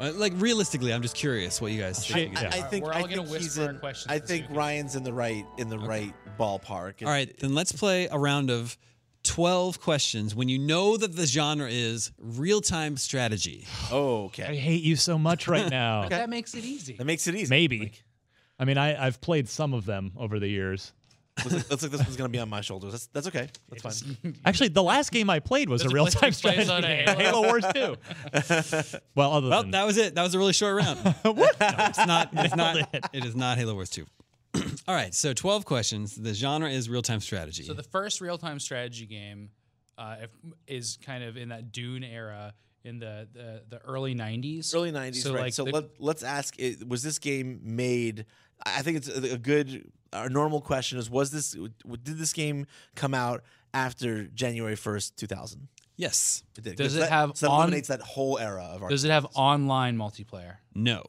S3: Uh, Like realistically, I'm just curious what you guys think.
S4: Shit, yeah.
S6: I think
S5: We're
S6: I
S5: all gonna
S6: think he's
S5: whisper our
S6: in-
S5: questions
S6: I
S5: this
S6: think
S5: weekend.
S6: Ryan's in the right in the right ballpark.
S3: All right, then let's play a round of 12 questions when you know that the genre is real-time strategy.
S6: Oh,
S4: I
S6: okay.
S4: hate you so much right now.
S5: That makes it easy.
S6: That makes it easy.
S4: Maybe. I mean, I, I've played some of them over the years.
S6: Looks like, looks like this one's gonna be on my shoulders. That's, that's okay. That's fine.
S4: Actually, the last game I played was
S5: There's a
S4: a real
S5: place
S4: time
S5: which plays
S4: strategy
S5: on
S4: game,
S5: a Halo.
S4: Halo Wars 2. well, other
S3: Well,
S4: than
S3: that was it. That was a really short round. It's not. It's not. It. it is not Halo Wars Two. All right. So twelve questions. The genre is real time strategy.
S5: So the first real time strategy game uh, if, is kind of in that Dune era in the the, the early '90s.
S6: Early '90s, right? so
S5: the-
S6: let, let's ask: it, Was this game made? I I think it's a, a good, our normal question is: Was this? w- Did this game come out after January 1st, 2000?
S3: yes.
S6: It did.
S5: Does
S6: 'Cause
S5: it
S6: that,
S5: have
S6: so that
S5: on-
S6: eliminates that whole era of our?
S5: does it have online multiplayer?
S3: No.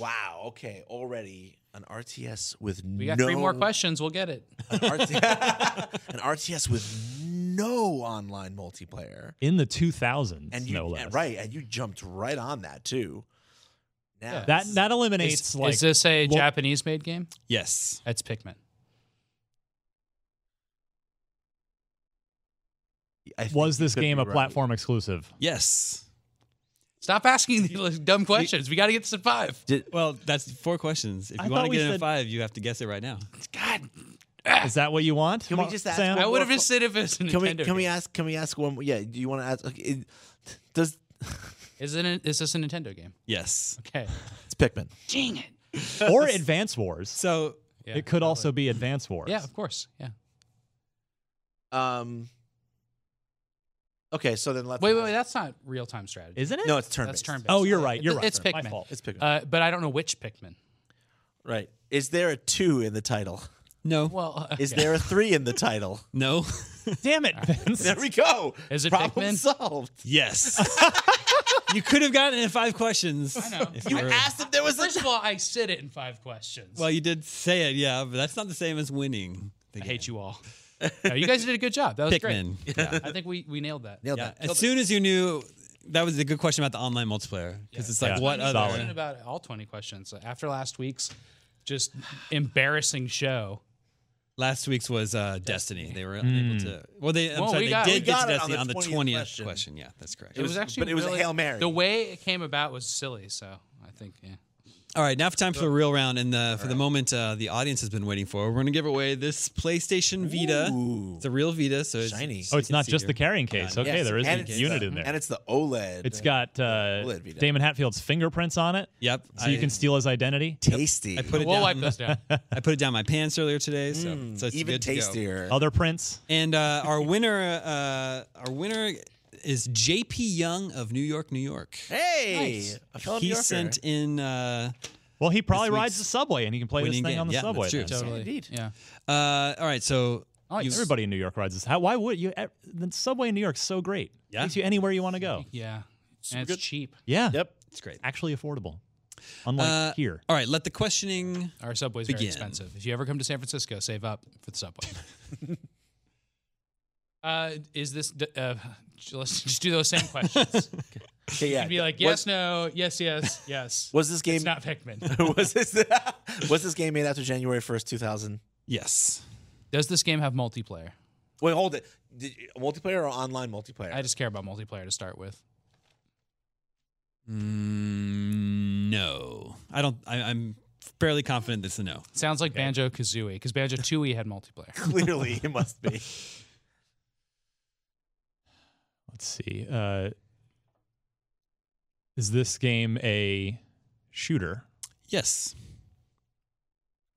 S6: wow. Okay. Already an RTS with
S5: We got
S6: no,
S5: three more questions. We'll get it.
S6: An RTS, an RTS with no online multiplayer,
S4: in the 2000s,
S6: and you
S4: no less.
S6: and- right, and you jumped right on that too. Now
S5: Yeah.
S4: That that eliminates
S5: Is,
S4: like
S5: is this a
S4: well-
S5: Japanese made game?
S3: Yes.
S5: That's Pikmin.
S6: I think
S4: was
S6: you
S4: this
S6: could
S4: game
S6: be
S4: a
S6: right.
S4: platform exclusive?
S3: Yes.
S5: Stop asking these dumb questions. We got to get this at five.
S3: Well, that's four questions. If
S4: I
S3: you want
S4: thought
S3: to
S4: we
S3: get in a
S4: said-
S3: five, you have to guess it right now.
S5: God,
S4: Is that what you want?
S6: Can we
S4: Mar-
S6: just ask
S4: Sam?
S5: I
S6: one-
S5: would have just said if it's a
S6: Can we
S5: Nintendo.
S6: can we
S5: game.
S6: ask can we ask one? Yeah, do you want to ask? Okay, it, does
S5: Isn't it? Is this a Nintendo game?
S3: Yes.
S5: Okay.
S6: it's Pikmin?
S5: Dang it.
S4: or Advance Wars?
S3: So
S5: Yeah,
S4: It could also be Advance Wars.
S5: Yeah, of course. Yeah.
S6: Um. Okay, so then let's
S5: Wait, wait, wait. That's not real time strategy.
S4: Isn't it?
S6: No, it's turn.
S5: That's turn based.
S4: Oh, you're right. You're right.
S5: It's
S4: My
S5: Pikmin.
S4: fault.
S6: It's Pikmin.
S5: Uh, but I don't know which Pikmin.
S4: Oh,
S6: right. Is there a two in the title?
S3: no.
S5: Well, uh,
S6: Is
S5: yeah.
S6: there a three in the title?
S3: No.
S4: Damn it, Vince.
S6: There we go.
S5: Is it
S6: problem
S5: Pikmin?
S6: solved?
S3: yes. you could have gotten it in five questions. I
S5: know.
S3: If
S6: You
S3: were-
S6: asked if there was a.
S5: First of all, I said it in five questions.
S3: Well, you did say it, yeah, but that's not the same as winning. The
S5: I hate you all. No, you guys did a good job. That was
S3: Pikmin.
S5: great. I think we, we nailed that.
S6: Nailed
S3: Yeah.
S6: that.
S3: As soon as you knew, that was a good question about the online multiplayer because it's like
S4: Yeah.
S3: what
S5: Final
S3: other.
S5: question about all 20 questions. After last week's just embarrassing show.
S3: Last week's was uh, Destiny. They were
S4: Hmm.
S3: unable to. Well, they. I'm
S5: Well,
S3: sorry,
S5: we
S3: they
S5: got- we
S3: did get
S6: got
S3: to
S6: it on
S3: Destiny
S6: the
S3: on the
S6: 20th
S3: twentieth
S6: question.
S3: question. Yeah, that's correct.
S5: It, was, actually,
S6: but it was a
S5: really-
S6: Hail Mary.
S5: The way it came about was silly. So I think, yeah.
S3: All right, now for time for the real round, and the, for the moment uh, the audience has been waiting for. We're going to give away this PlayStation Vita.
S6: Ooh.
S3: It's a real Vita, so it's,
S6: Shiny.
S4: Oh, it's
S3: you can
S4: not
S3: see
S4: just the
S3: here.
S4: carrying case. Okay,
S6: Yes,
S4: there is
S6: and
S4: a
S6: it's
S4: unit
S6: the-
S4: in there.
S6: and it's the OLED.
S4: It's got uh,
S6: OLED Vita.
S4: Damon Hatfield's fingerprints on it,
S3: Yep.
S4: so you can steal his identity.
S6: tasty.
S3: I put it
S5: We'll
S3: down.
S5: wipe those down.
S3: I put it down my pants earlier today, so, so it's
S6: Mm, even
S3: good to go.
S6: tastier.
S4: Other prints.
S3: And uh, our winner, uh, our winner is J.P. Young of New York, New York.
S6: Hey, a fellow New
S3: He
S6: Yorker.
S3: sent in. Uh,
S4: Well, he probably
S3: This week's
S4: rides the subway, and he can play this
S3: winning
S4: thing
S3: game.
S4: on the
S3: Yeah, that's
S4: subway.
S3: true.
S4: then.
S5: Totally.
S6: indeed.
S5: Yeah.
S3: uh, all right, so you-
S4: Everybody in New York rides this. How, why would you? eh, The subway in New York's so great.
S3: Yeah.
S4: Takes you anywhere you want to go.
S5: Yeah. and it's cheap.
S4: Yeah.
S6: Yep.
S3: It's great.
S4: Actually affordable, unlike
S3: Uh,
S4: here.
S3: All right, let the questioning.
S5: Our subway's
S3: Begin.
S5: very expensive. If you ever come to San Francisco, save up for the subway. uh, is this? d- Uh, j- let's just do those same questions.
S6: Okay, yeah.
S5: You'd be like,
S6: What-
S5: yes, no, yes, yes, yes.
S6: Was this game
S5: It's not Pikmin.
S6: was this was this game made after January first, two thousand?
S3: Yes.
S5: Does this game have multiplayer?
S6: Wait, hold it. Did, multiplayer or online multiplayer?
S5: I just care about multiplayer to start with.
S3: Mm, no, I don't. I, I'm fairly confident this is a no.
S5: Sounds like Banjo Kazooie because Banjo Tooie had multiplayer.
S6: Clearly, it must be.
S4: Let's see. Uh, is this game a shooter?
S3: Yes.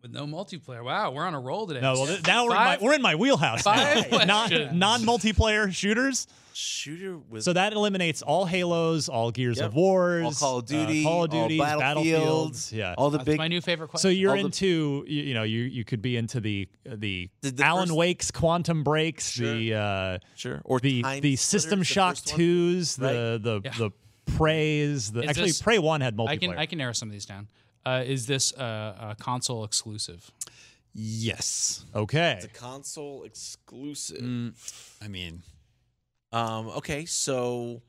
S5: With no multiplayer. Wow, we're on a roll today.
S4: No. Well, th- now we're
S5: Five-
S4: in my we're in my wheelhouse. now.
S5: five questions.
S4: Non non multiplayer shooters.
S6: Shooter was
S4: So that eliminates all Halos, all Gears
S6: Yep.
S4: of Wars, uh,
S6: All Call of Duty,
S4: Call of
S6: all
S4: Duty,
S6: Battlefields,
S4: Battlefields. Yeah.
S6: all the
S5: That's
S6: big.
S5: my new favorite question.
S4: so you're
S6: all the-
S4: into you, you know you you could be into the uh, the,
S6: The- the
S4: Alan
S6: first-
S4: Wake's Quantum Breaks, the uh,
S6: sure. Or
S4: the
S6: Time
S4: the
S6: Splitters,
S4: System
S6: the
S4: Shock
S6: first one.
S4: twos,
S6: Right.
S4: the the
S5: Yeah.
S4: the Preys. The,
S5: Is
S4: actually,
S5: this-
S4: Prey one had multiplayer.
S5: I can I can narrow some of these down. Uh, is this uh, a console exclusive?
S3: Yes. Mm,
S4: okay,
S6: It's a console exclusive.
S3: I mean,
S6: Um. Okay. So,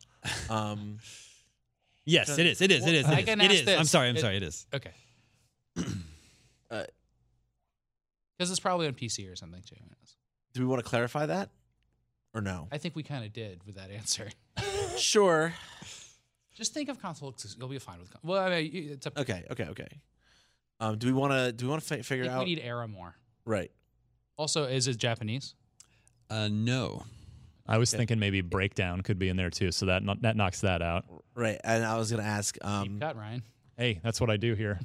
S6: um.
S3: yes, it is. It is. It is. It
S5: I
S3: is.
S5: can
S3: It
S5: ask
S3: is. I'm
S5: this.
S3: sorry. I'm
S5: It-
S3: sorry. It is.
S5: Okay.
S6: Uh,
S5: Because it's probably on PC or something too.
S6: do we want to clarify that, or no?
S5: I think we kind of did with that answer.
S6: Sure.
S5: Just think of console. exclusive- You'll be fine with. Con- well, I mean, you- it's a,
S6: Okay. Okay. Okay. Um. Do we want to? Do we want to fi-
S5: I
S6: figure
S5: think we
S6: out?
S5: need era more.
S6: right.
S5: Also, is it Japanese?
S3: Uh, no.
S4: I was thinking maybe breakdown could be in there too, so that no- that knocks that out.
S6: Right. And I was going to ask
S5: Deep
S6: um,
S5: cut, Ryan.
S4: Hey, that's what I do here.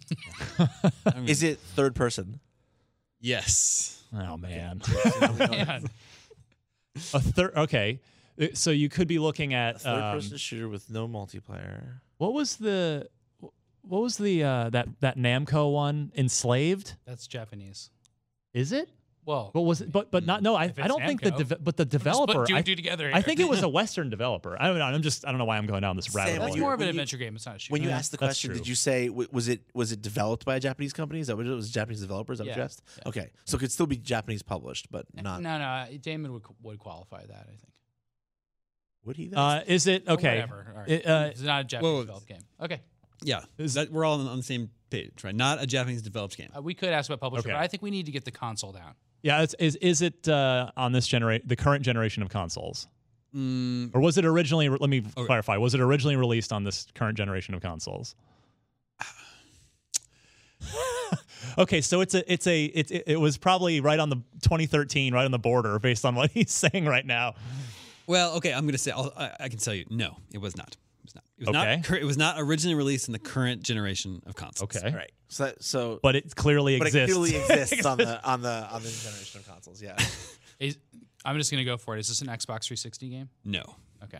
S6: is it third person?
S3: Yes.
S4: Oh man,
S5: Man.
S4: a third. Okay, Uh, so you could be looking at
S6: Third
S4: um,
S6: person shooter with no multiplayer.
S4: what was the what was the uh, that that Namco one? Enslaved?
S5: That's Japanese.
S4: Is it?
S5: Well,
S4: But was it? But but not. No, I,
S5: If
S4: I
S5: it's
S4: don't think the
S5: Namco,
S4: deve- but the
S5: just put
S4: developer.
S5: two
S4: I,
S5: and two together
S4: I
S5: here.
S4: think it was a Western developer. I don't know. I'm just. I don't know why I'm going down this rabbit
S6: Sam,
S4: hole.
S5: that's
S6: you-
S5: more of an
S6: when you-
S5: adventure game. It's not a shooter.
S6: When you
S5: Yeah.
S6: asked the
S4: that's
S6: question,
S4: true.
S6: did you say w- was it was it developed by a Japanese company? Is that what it was? Japanese developers? Is that what you
S5: Yeah.
S6: asked? Okay, so it could still be Japanese published, but not.
S5: no, no, Damon would would qualify that. I think.
S6: Would he? Though?
S4: Uh, is it
S5: But
S4: okay?
S5: Whatever. All right.
S4: It, uh,
S5: it's not a Japanese
S3: well,
S5: developed game. Okay.
S3: Yeah. That, we're all on, on the same page, right? Not a Japanese developed game.
S5: Uh, we could ask about publisher,
S4: Okay.
S5: but I think we need to get the console down.
S4: Yeah, it's, is is it uh, on this generation, the current generation of consoles,
S3: Mm,
S4: or was it originally? Let me clarify. Was it originally released on this current generation of consoles? okay, so it's a it's a it's it, it was probably right on the 2013, right on the border, based on what he's saying right now.
S3: well, okay. I'm going to say, I'll, I, I can tell you, no, it was not. It was not. It was,
S4: Okay.
S3: not, cur- it was not originally released in the current generation of consoles.
S4: Okay,
S6: right. So that, so
S4: but it clearly
S6: but it
S4: exists.
S6: clearly exists on the on the on the new generation of consoles. Yeah.
S5: Is, I'm just gonna go for it. Is this an Xbox 360 game?
S3: No.
S5: Okay.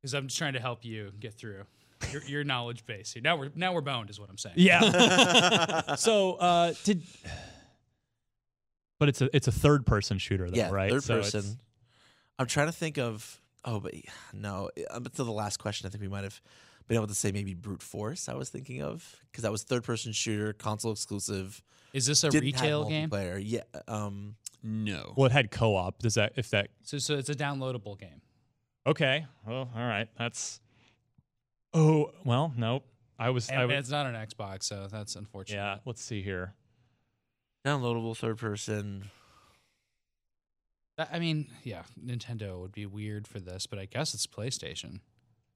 S5: Because I'm just trying to help you get through your, your knowledge base. Now we're now we're boned, is what I'm saying.
S4: yeah. so uh, did. But it's a it's a third person shooter though,
S6: yeah.
S4: right?
S6: Third
S4: So it's-
S6: person. I'm trying to think of. Oh, but no. Up until the last question, I think we might have been able to say maybe brute force. I was thinking of because that was third person shooter, console exclusive.
S5: Is this a
S6: didn't have
S5: retail game?
S6: multiplayer. Yeah. Um.
S3: No.
S4: Well, it had co op. Does that if that
S5: So so it's a downloadable game.
S4: Okay. Well, all right. That's. Oh well, nope. I was. I
S5: And
S4: was
S5: it's not an Xbox, so that's unfortunate.
S4: yeah. Let's see here.
S6: Downloadable third person.
S5: That- I mean, yeah, Nintendo would be weird for this, but I guess it's PlayStation.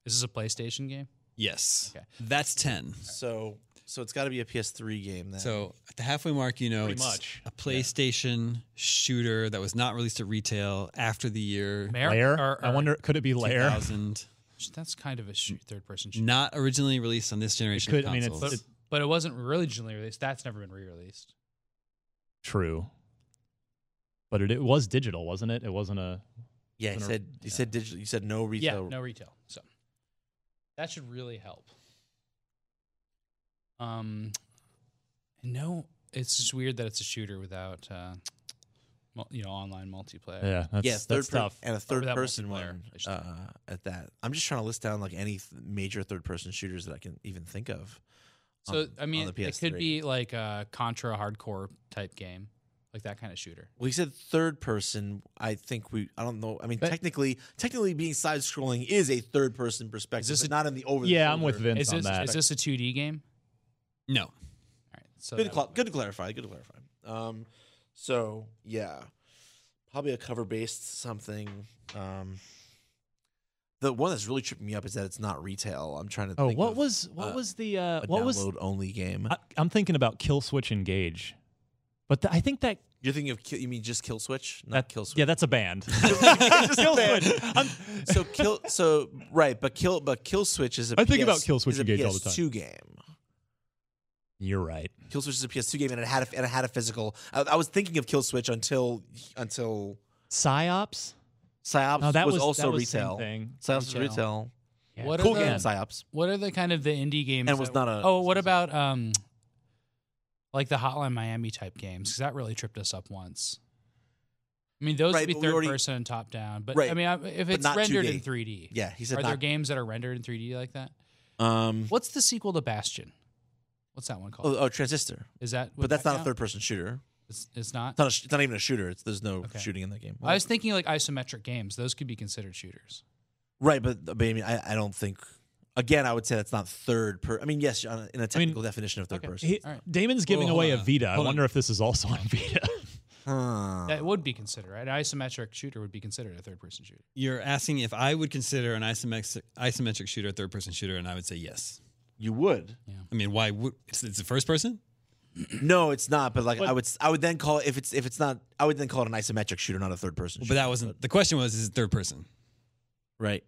S5: Is this a PlayStation game?
S3: yes.
S5: Okay.
S3: That's 10.
S6: So so it's got to be a PS3 game then.
S3: So at the halfway mark, you know,
S4: Pretty
S3: it's
S4: much.
S3: a PlayStation shooter that was not released at retail after the year
S5: Mare-
S4: Lair.
S5: or-
S4: I
S5: or-
S4: wonder. Could it be Lair?
S3: 2000.
S5: That's kind of a sh- third-person shooter.
S3: Not originally released on this generation
S4: could-
S3: of
S4: I mean, it's-
S3: consoles.
S5: But,
S4: It-
S5: but it wasn't originally released. That's never been re-released.
S4: True. But it, it was digital, wasn't it? It wasn't a.
S6: yeah, you
S4: Gonna-
S6: said you said digital. You said no
S5: yeah,
S6: retail.
S5: no retail. So that should really help. Um, no, it's just weird that it's a shooter without, uh, mul- you know, online multiplayer.
S4: Yeah. That's,
S6: yeah, third
S4: that's
S6: per-
S4: tough.
S6: and a third
S5: that
S6: person
S5: multiplayer,
S6: one
S5: I should
S6: uh, at that. I'm just trying to list down like any th- major third person shooters that I can even think of.
S5: So
S6: on-
S5: I mean,
S6: on the
S5: it could
S6: PS3.
S5: be like a Contra hardcore type game, like that kind of shooter.
S6: Well, he said third person. I think we. I don't know. I mean,
S5: But-
S6: technically, technically being side scrolling is a third person perspective.
S5: this
S6: but
S5: a-
S6: not in the over. the
S4: Yeah, I'm with
S6: shoulder.
S4: Vince
S5: Is
S4: on
S5: this
S4: that.
S5: is this a 2D game?
S3: no.
S5: All right, so
S6: Good,
S5: that
S6: to cla-
S5: would-
S6: good to clarify. Good to clarify. Um, so yeah, probably a cover based something. Um, the one that's really tripping me up is that it's not retail. I'm trying to.
S4: oh,
S6: think
S4: what
S6: of
S4: was what
S6: uh,
S4: was the uh,
S6: a
S4: what was?
S6: download only game?
S4: I, I'm thinking about Kill Switch Engage, but th- I think that
S6: You're thinking of kill, you mean just Kill Switch, not
S4: that
S6: Kill
S4: yeah,
S6: Switch.
S4: that's a band. Kill Switch. I'm,
S6: so kill so right, but kill but Kill Switch is a
S4: I think
S6: PS
S4: about Kill Switch
S6: is a
S4: Engage all the time.
S6: PS2 game.
S4: you're right.
S6: Kill Switch is a PS2 game, and it had a, and it had a physical. I, I was thinking of Kill Switch until until
S4: Psyops.
S6: Psyops
S4: No, that
S6: was,
S4: was
S6: also
S4: that was same
S6: retail.
S4: thing.
S6: Psyops was
S5: Retail.
S6: retail.
S5: What
S6: Cool
S5: are the,
S6: game, Psyops.
S5: What are the kind of the indie games?
S6: And was
S5: that-
S6: not a-
S5: Oh, what about um, like the Hotline Miami type games? Because that really tripped us up once. I mean, those
S6: Right,
S5: would be
S6: but we
S5: third
S6: already-
S5: person and top down. But
S6: Right.
S5: I mean, I- if it's
S6: not
S5: rendered
S6: 2D.
S5: in 3D,
S6: Yeah, he said
S5: Are there
S6: not.
S5: games that are rendered in 3D like that?
S6: Um,
S5: What's the sequel to Bastion? What's that one called?
S6: oh, oh, Transistor,
S5: Is that? would
S6: but that's
S5: that
S6: not a
S5: count?
S6: third-person shooter.
S5: It's, it's not.
S6: It's not, a, sh- it's not even a shooter. It's, there's no
S5: Okay.
S6: shooting in that game.
S5: I was thinking like isometric games; those could be considered shooters.
S6: right, but, but I mean, I, I don't think. Again, I would say that's not third per. I mean, yes, on a- in a technical definition of third
S5: okay.
S6: person.
S4: He,
S5: All right.
S4: Damon's giving
S3: Well, hold
S4: away
S3: on.
S4: a Vita. I
S3: Hold on.
S4: wonder if this is also on Vita.
S6: Huh.
S5: That would be considered. Right? An isometric shooter would be considered a third-person shooter.
S3: You're asking if I would consider an isometric, isometric shooter a third person shooter, and I would say yes.
S6: You would.
S3: I mean, why would it's, it's the first person?
S6: No, it's not. But like,
S4: But-
S6: I would, s- I would then call it, if it's if it's not, I would then call it an isometric shooter, not a third person.
S3: But that wasn't the question. Was is it third person?
S6: right.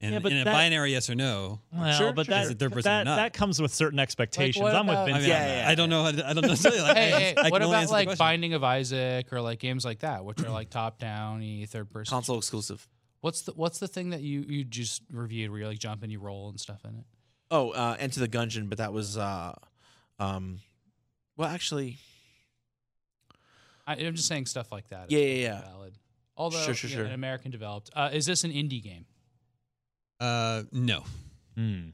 S3: And
S4: Yeah, but
S3: in a
S4: that-
S3: binary yes or no.
S4: Well,
S3: sure,
S4: but
S3: sure.
S4: that,
S3: Is it third person or
S4: that,
S3: not?
S4: that comes with certain expectations.
S5: what
S4: I'm with
S5: about-
S4: Vince.
S3: I mean,
S6: Yeah,
S3: I,
S6: yeah,
S3: I don't know. How to, I don't know. like,
S5: hey,
S3: I-
S5: hey,
S3: I can
S5: what
S3: only
S5: about
S3: answer the
S5: like
S3: question.
S5: Binding of Isaac or like games like that, which are like top down, y third person.
S6: Console exclusive.
S5: What's the What's the thing that you you just reviewed where you like jump and you roll and stuff in it?
S6: Oh, uh, Enter the Gungeon, but that was, uh, um, well, actually,
S5: I, I'm just saying stuff like that. is
S6: Yeah, yeah,
S5: totally
S6: yeah.
S5: Valid. Although
S6: Sure, sure,
S5: you know,
S6: sure.
S5: an American developed. Uh, is this an indie game?
S3: Uh, no.
S4: Hmm.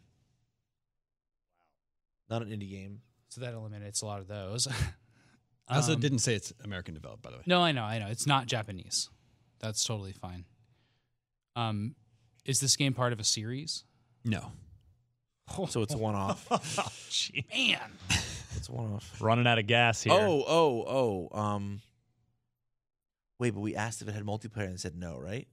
S6: not an indie game.
S5: So that eliminates a lot of those.
S3: I also
S5: Um,
S3: didn't say it's American developed, by the way.
S5: No, I know, I know. It's not Japanese. That's totally fine. Um, is this game part of a series?
S3: No.
S6: So it's a one off.
S4: Gee.
S5: Man,
S6: It's one off.
S4: Running out of gas here.
S6: Oh, oh, oh. Um, wait, but we asked if it had multiplayer and it said no, right?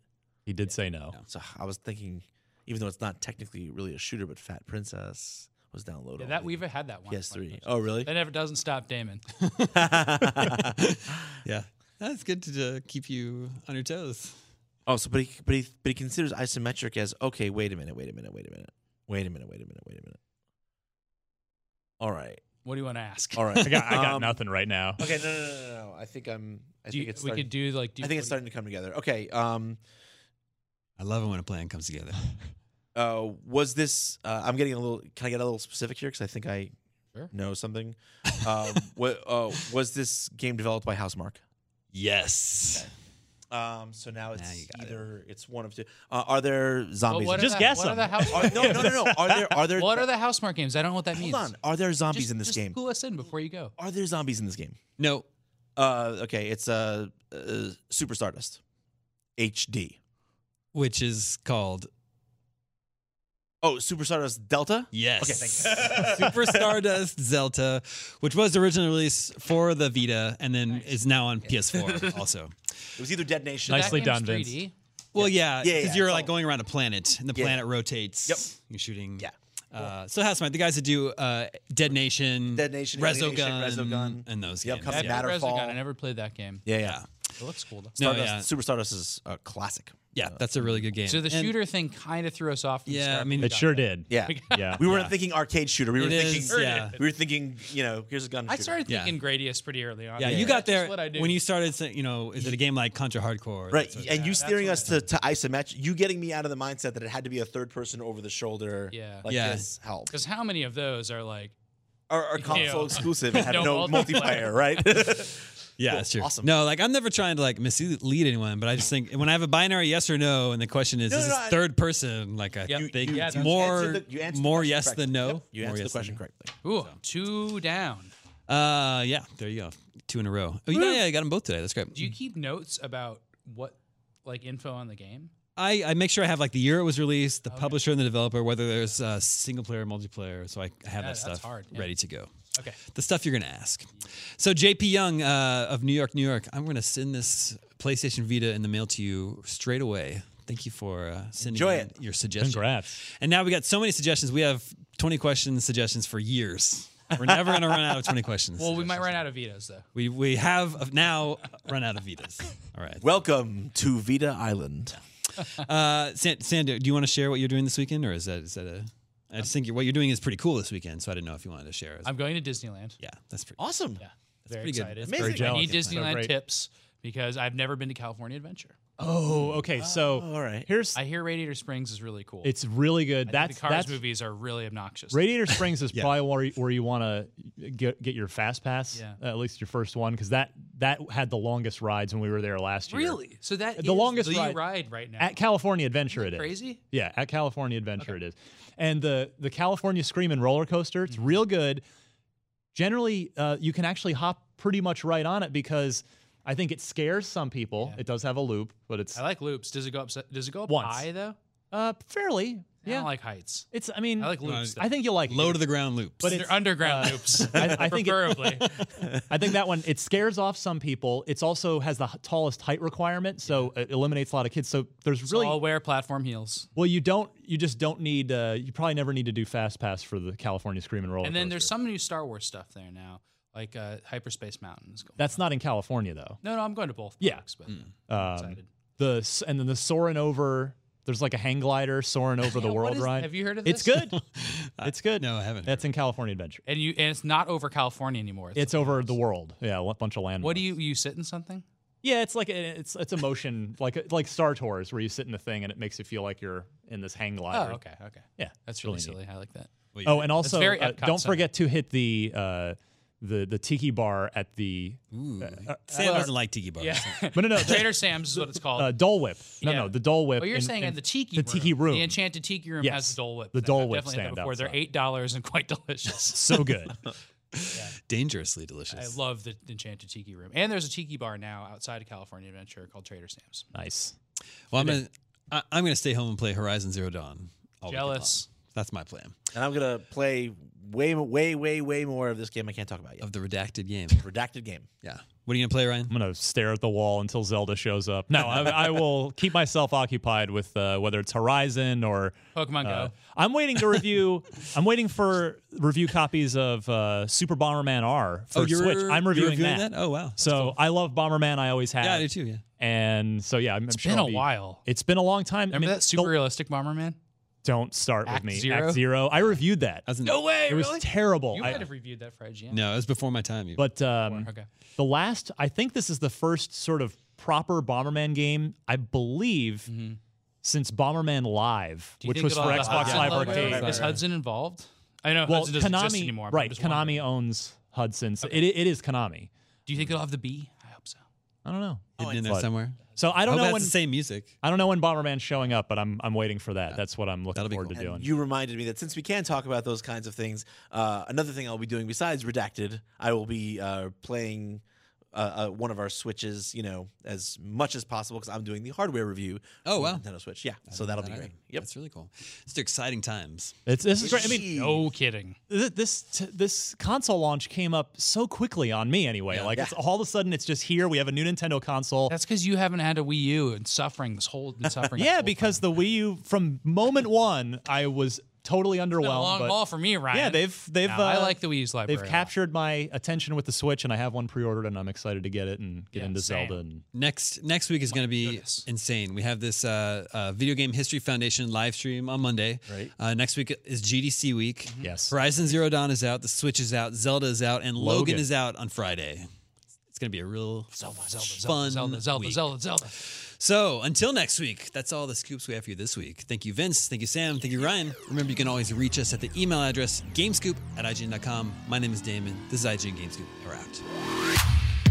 S4: he did say no.
S6: So I was thinking, even though it's not technically really a shooter, but Fat Princess was downloaded.
S5: Yeah,
S6: on
S5: that
S6: the
S5: we've had that one.
S6: PS3.
S5: Like,
S6: Oh, really?
S5: That never doesn't stop Damon.
S3: Yeah. That's good to uh, keep you on your toes.
S6: oh, so but he but he but he considers isometric as okay. Wait a minute. Wait a minute. Wait a minute. Wait a minute. Wait a minute. Wait a minute. All right.
S5: What do you want to ask?
S6: All right.
S4: I got, I got
S6: Um,
S4: nothing right now.
S6: Okay. No, no, no, no, no. I think I'm. I
S5: Do you-
S6: think it's.
S5: we
S6: starting-
S5: could do like. Do
S6: I think it's starting to come together. Okay. Um.
S3: I love it when a plan comes together.
S6: uh, was this? Uh, I'm getting a little. Can I get a little specific here? Because I think I
S5: Sure.
S6: know something. um, what uh, was this game developed by Housemark?
S3: yes.
S6: Um, so now it's
S3: Now you got it.
S6: either it's one of two. Uh, are there
S5: But
S6: zombies?
S5: what
S6: in
S5: are
S4: Just
S5: the,
S4: guess
S5: what Are the
S4: them.
S5: house
S6: Are, no, no, no, no. Are there? Are there?
S5: what are the Housemark games? I don't know what that
S6: Hold
S5: means.
S6: on. Are there zombies
S5: Just-
S6: in this
S5: just
S6: game?
S5: Clue us in before you go.
S6: Are there zombies in this game?
S3: No.
S6: Uh, okay, it's uh, uh, Super Stardust, HD.
S3: Which is called
S6: Oh, Super Stardust Delta.
S3: Yes.
S6: Okay, thank you.
S3: Super Stardust Zelda, which was originally released for the Vita and then is now on PS4 also.
S6: It was either Dead Nation.
S4: Nice. Nicely
S5: That game's
S4: done, Vince.
S5: 3D.
S3: Well, yeah,
S6: Yeah,
S3: because
S6: yeah,
S3: you're
S6: it's
S3: like
S6: all-
S3: going around a planet, and the
S6: Yeah.
S3: planet rotates.
S6: Yep.
S3: You're shooting.
S6: Yeah.
S3: Uh, so House Mike, the guys that do uh, Dead Nation,
S6: Dead Nation,
S3: Resogun,
S6: Alienation, Resogun,
S3: and those
S6: the
S3: games.
S6: upcoming
S3: yeah.
S6: Mad-
S5: Resogun,
S6: Matterfall.
S5: I never played that game.
S6: Yeah, yeah.
S3: yeah,
S5: It looks cool. though.
S3: No,
S6: Stardust,
S3: yeah.
S6: Super Stardust is a classic. Uh,
S3: yeah, that's a really good game.
S5: So the
S3: And-
S5: shooter thing kind of threw us off. From the
S3: Yeah,
S5: start
S3: I mean-
S5: when we
S4: It
S5: got
S4: sure
S5: there.
S4: did.
S6: Yeah.
S4: Yeah.
S6: We weren't thinking arcade shooter. We were
S3: It
S6: thinking,
S3: is, yeah.
S6: we were thinking, you know, here's a gun.
S5: I
S6: shooter.
S5: started
S3: Yeah.
S5: thinking Gradius pretty early on.
S3: Yeah, you
S5: That's
S3: got
S5: just
S3: there
S5: What I do.
S3: when you started. Saying, you know, is it a game like Contra Hardcore?
S6: right,
S3: That's what-
S6: and you steering
S5: what
S6: us to, to isometric. You getting me out of the mindset that it had to be a third person over the shoulder.
S5: Yeah.
S6: like
S3: Yeah.
S6: this help
S5: Because how many of those are like
S6: or, or console
S5: Yeah.
S6: exclusive. It had
S5: No
S6: no,
S5: multiplayer.
S6: multiplayer, right?
S3: Yeah,
S6: Cool.
S3: that's true.
S6: Awesome.
S3: No, like I'm never trying to like mislead anyone, but I just think when I have a binary yes or no, and the question is,
S6: No,
S3: is
S6: no,
S3: this
S6: no, I-
S3: third person? Like I
S5: Yep.
S3: think
S5: You- you
S3: it's
S5: answered
S3: more
S6: the- you answered the
S3: more
S6: question
S3: yes
S6: correctly.
S3: than no.
S6: Yep, you
S3: More
S6: answered the
S3: yes than
S6: question
S3: no.
S6: correctly.
S5: ooh two down.
S3: Uh, yeah, there you go. Two in a row. Oh, yeah, yeah, I got them both today. That's great.
S5: Do you keep notes about what like info on the game?
S3: I, I make sure I have like the year it was released,
S6: Oh,
S3: the publisher and the developer, whether there's uh, single player or multiplayer. So I I have
S5: Yeah,
S3: that
S5: that's
S3: stuff
S5: hard, yeah.
S3: ready to go.
S5: Okay.
S3: The stuff you're going to ask. So JP Young uh, of New York, New York, I'm going to send this PlayStation Vita in the mail to you straight away. Thank you for uh, sending
S6: Enjoy
S3: in
S6: it.
S3: your suggestions.
S4: Congrats.
S3: And now we got so many suggestions. We have 20 questions suggestions for years. We're never going to run out of 20 questions.
S5: Well, we might run out of vetoes though.
S3: We, we have uh, now run out of Vitas. All right.
S6: Welcome to Vita Island.
S3: Uh, San- Sander, do you want to share what you're doing this weekend, or is that is that a? I just think you're, what you're doing is pretty cool this weekend, so I didn't know if you wanted to share. it.
S5: I'm going to Disneyland.
S3: yeah, that's pretty.
S6: Awesome.
S5: Yeah. Very
S3: pretty good.
S5: excited.
S3: That's very
S4: Amazing.
S5: I
S4: jealous.
S5: need
S4: It's so
S5: Disneyland
S4: great.
S5: tips because I've never been to California Adventure.
S4: Oh, okay. So
S6: all right.
S4: here's
S5: I hear Radiator Springs is really cool.
S4: it's really good.
S5: I think
S4: that's
S5: the Cars
S4: that's
S5: movies are really obnoxious.
S4: Radiator Springs is
S3: Yeah.
S4: probably where you, where you want to get get your fast pass, uh,
S5: Yeah.
S4: at least your first one, because that that had the longest rides when we were there last year.
S5: really? So that
S4: The
S5: is
S4: longest
S5: the
S4: ride-
S5: ride right now.
S4: At California Adventure, it is
S5: Crazy?
S4: Yeah, at California Adventure it is. And the the California Screamin' roller coaster,
S5: Mm-hmm.
S4: it's real good. Generally, uh, you can actually hop pretty much right on it because I think it scares some people. It does have a loop, but it's
S5: I like loops. Does it go up? Does it go up
S4: Once.
S5: high though?
S4: uh, fairly.
S5: I
S4: Yeah,
S5: don't like heights.
S4: it's. I mean,
S5: I like loops.
S4: I think you'll like
S3: Low
S4: it.
S3: to the ground loops.
S4: But
S5: They're
S4: it's- uh,
S5: underground loops.
S4: I- I think it-
S5: preferably.
S4: I think that one it scares off some people. It's also has the h- tallest height requirement, so it eliminates a lot of kids. So there's really
S5: I'll wear platform heels.
S4: well, you don't you just don't need uh, you probably never need to do fast pass for the California Screamin' roller.
S5: And then there's
S4: coaster.
S5: some new Star Wars stuff there now, like uh, Hyperspace Mountain is going.
S4: That's not in California though.
S5: No, no, I'm going to both.
S4: Yeah.
S5: parks, but
S4: Um,
S5: excited.
S4: the s- and then the soaring over. There's like a hang glider soaring over the
S5: Yeah, what
S4: world
S5: is-
S4: ride.
S5: Have you heard of this?
S4: it's good. it's good.
S3: No, I haven't.
S4: That's in California Adventure.
S5: And you and it's not over California anymore.
S4: It's over the world. Yeah, a bunch of land.
S5: What do you you sit in something?
S4: Yeah, it's like a, it's it's a motion like like Star Tours where you sit in the thing and it makes you feel like you're in this hang glider.
S5: Oh, okay, okay.
S4: Yeah,
S5: That's
S4: really
S5: really
S4: neat.
S5: silly. I like that.
S3: Well,
S4: Oh, and also
S5: very
S4: uh,
S5: Epcot
S4: don't
S5: centric.
S4: forget to hit the uh, the the tiki bar at the
S3: Ooh.
S4: uh,
S3: Sam
S4: well,
S3: doesn't like tiki bars.
S5: Yeah.
S4: no no no the,
S5: Trader Sam's is what it's called.
S4: uh, Dole Whip. No
S5: Yeah.
S4: no the Dole Whip.
S5: well, you're
S4: in-
S5: saying
S4: in
S5: at the tiki
S4: the
S5: room,
S4: tiki room.
S5: the Enchanted Tiki Room
S4: Yes.
S5: has Dole Whip.
S4: The
S5: thing.
S4: Dole
S5: I've
S4: Whip
S5: definitely had that
S4: stand
S5: before. They're
S4: outside.
S5: eight dollars and quite delicious.
S4: so good.
S3: Dangerously
S5: I
S3: delicious.
S5: love the Enchanted Tiki Room, and there's a tiki bar now outside of California Adventure called Trader Sam's.
S4: nice.
S3: well, I'm gonna I, I'm gonna stay home and play Horizon Zero Dawn. all weekend
S5: Jealous.
S3: long. That's my plan
S6: And I'm gonna play way, mo- way, way, way more of this game. I can't talk about yet.
S3: of the redacted game.
S6: Redacted game.
S3: Yeah. What are you gonna play, Ryan?
S4: I'm gonna stare at the wall until Zelda shows up. No, I, I will keep myself occupied with uh, whether it's Horizon or
S5: Pokemon
S4: Uh,
S5: Go.
S4: I'm waiting to review. I'm waiting for review copies of uh, Super Bomberman R
S5: Oh,
S4: for Switch. I'm reviewing, that.
S3: Oh wow.
S4: So I love Bomberman. I always have.
S3: Yeah, I do too. Yeah.
S4: And so yeah, I'm, I'm
S5: It's
S4: sure
S5: been
S4: I'll
S5: a
S4: be-
S5: while.
S4: It's been a long time.
S5: Remember
S4: I mean,
S5: that super
S4: Don't,
S5: realistic Bomberman?
S4: don't start
S5: Act
S4: with me.
S5: Zero?
S4: Act zero. I reviewed that.
S3: As in-
S5: way,
S4: it was terrible.
S5: You
S4: I-
S5: might have reviewed that for IGN.
S3: No, it was before my time. But
S4: but um,
S5: okay.
S4: the last, I think this is the first sort of proper Bomberman game. I believe. Since Bomberman
S5: Mm-hmm.
S4: Live,
S5: Do you
S4: which
S5: think
S4: was for
S5: it'll have a
S4: Xbox
S5: Hudson
S4: Live
S5: logo?
S4: Arcade,
S5: Is Hudson involved? I know
S4: well,
S5: Hudson doesn't
S4: Konami,
S5: exist anymore. but I'm
S4: right?
S5: just
S4: Konami
S5: wondering.
S4: owns Hudson. So it, it is Konami.
S5: Do you think it'll have the B? I hope so.
S4: I don't know.
S3: hidden in
S4: but-
S3: there somewhere.
S4: So I don't
S3: hope
S4: know
S3: that's
S4: when
S3: the same music.
S4: I don't know when Bomberman's showing up, but I'm I'm waiting for that. That's what I'm looking
S3: That'll be
S4: forward to
S6: And
S4: doing.
S6: you reminded me that since we can talk about those kinds of things, uh, another thing I'll be doing besides Redacted, I will be uh, playing uh, uh, one of our Switches, you know, as much as possible because I'm doing the hardware review.
S3: Oh,
S6: for
S3: wow.
S6: Nintendo Switch. Yeah, so that'll be
S3: That-
S6: great. Yep.
S3: That's really cool. It's exciting times.
S4: It's this is great. I mean,
S5: No kidding.
S4: th- this t- this console launch came up so quickly on me anyway. like it's all of a sudden it's just here. We have a new Nintendo console.
S5: That's because you haven't had a Wii U and suffering this whole and suffering.
S4: yeah, because the Wii U from moment one, I was totally
S5: the
S4: underwhelmed.
S5: long
S4: but
S5: haul for me, Ryan.
S4: yeah, they've they've.
S5: No,
S4: uh,
S5: I like the Wii U's library.
S4: They've
S5: a lot.
S4: captured my attention with the Switch, and I have one pre-ordered, and I'm excited to get it and get
S5: Yeah,
S4: into
S5: same.
S4: Zelda. And
S3: Next next week is going to be
S5: Oh goodness.
S3: insane. We have this uh, uh, Video Game History Foundation live stream on Monday. Right. Uh, next week is GDC week.
S5: Mm-hmm.
S4: Yes.
S3: Horizon Zero Dawn is out. The Switch is out. Zelda is out, and Logan,
S4: Logan.
S3: is out on Friday. It's going to be a real
S5: Zelda, Zelda,
S3: fun
S5: Zelda, Zelda, Zelda,
S3: week.
S5: Zelda, Zelda.
S3: So until next week, that's all the scoops we have for you this week. Thank you, Vince. Thank you, Sam. Thank you, Ryan. Remember, you can always reach us at the email address gamescoop at IGN.com. My name is Damon. This is IGN Gamescoop. We're out.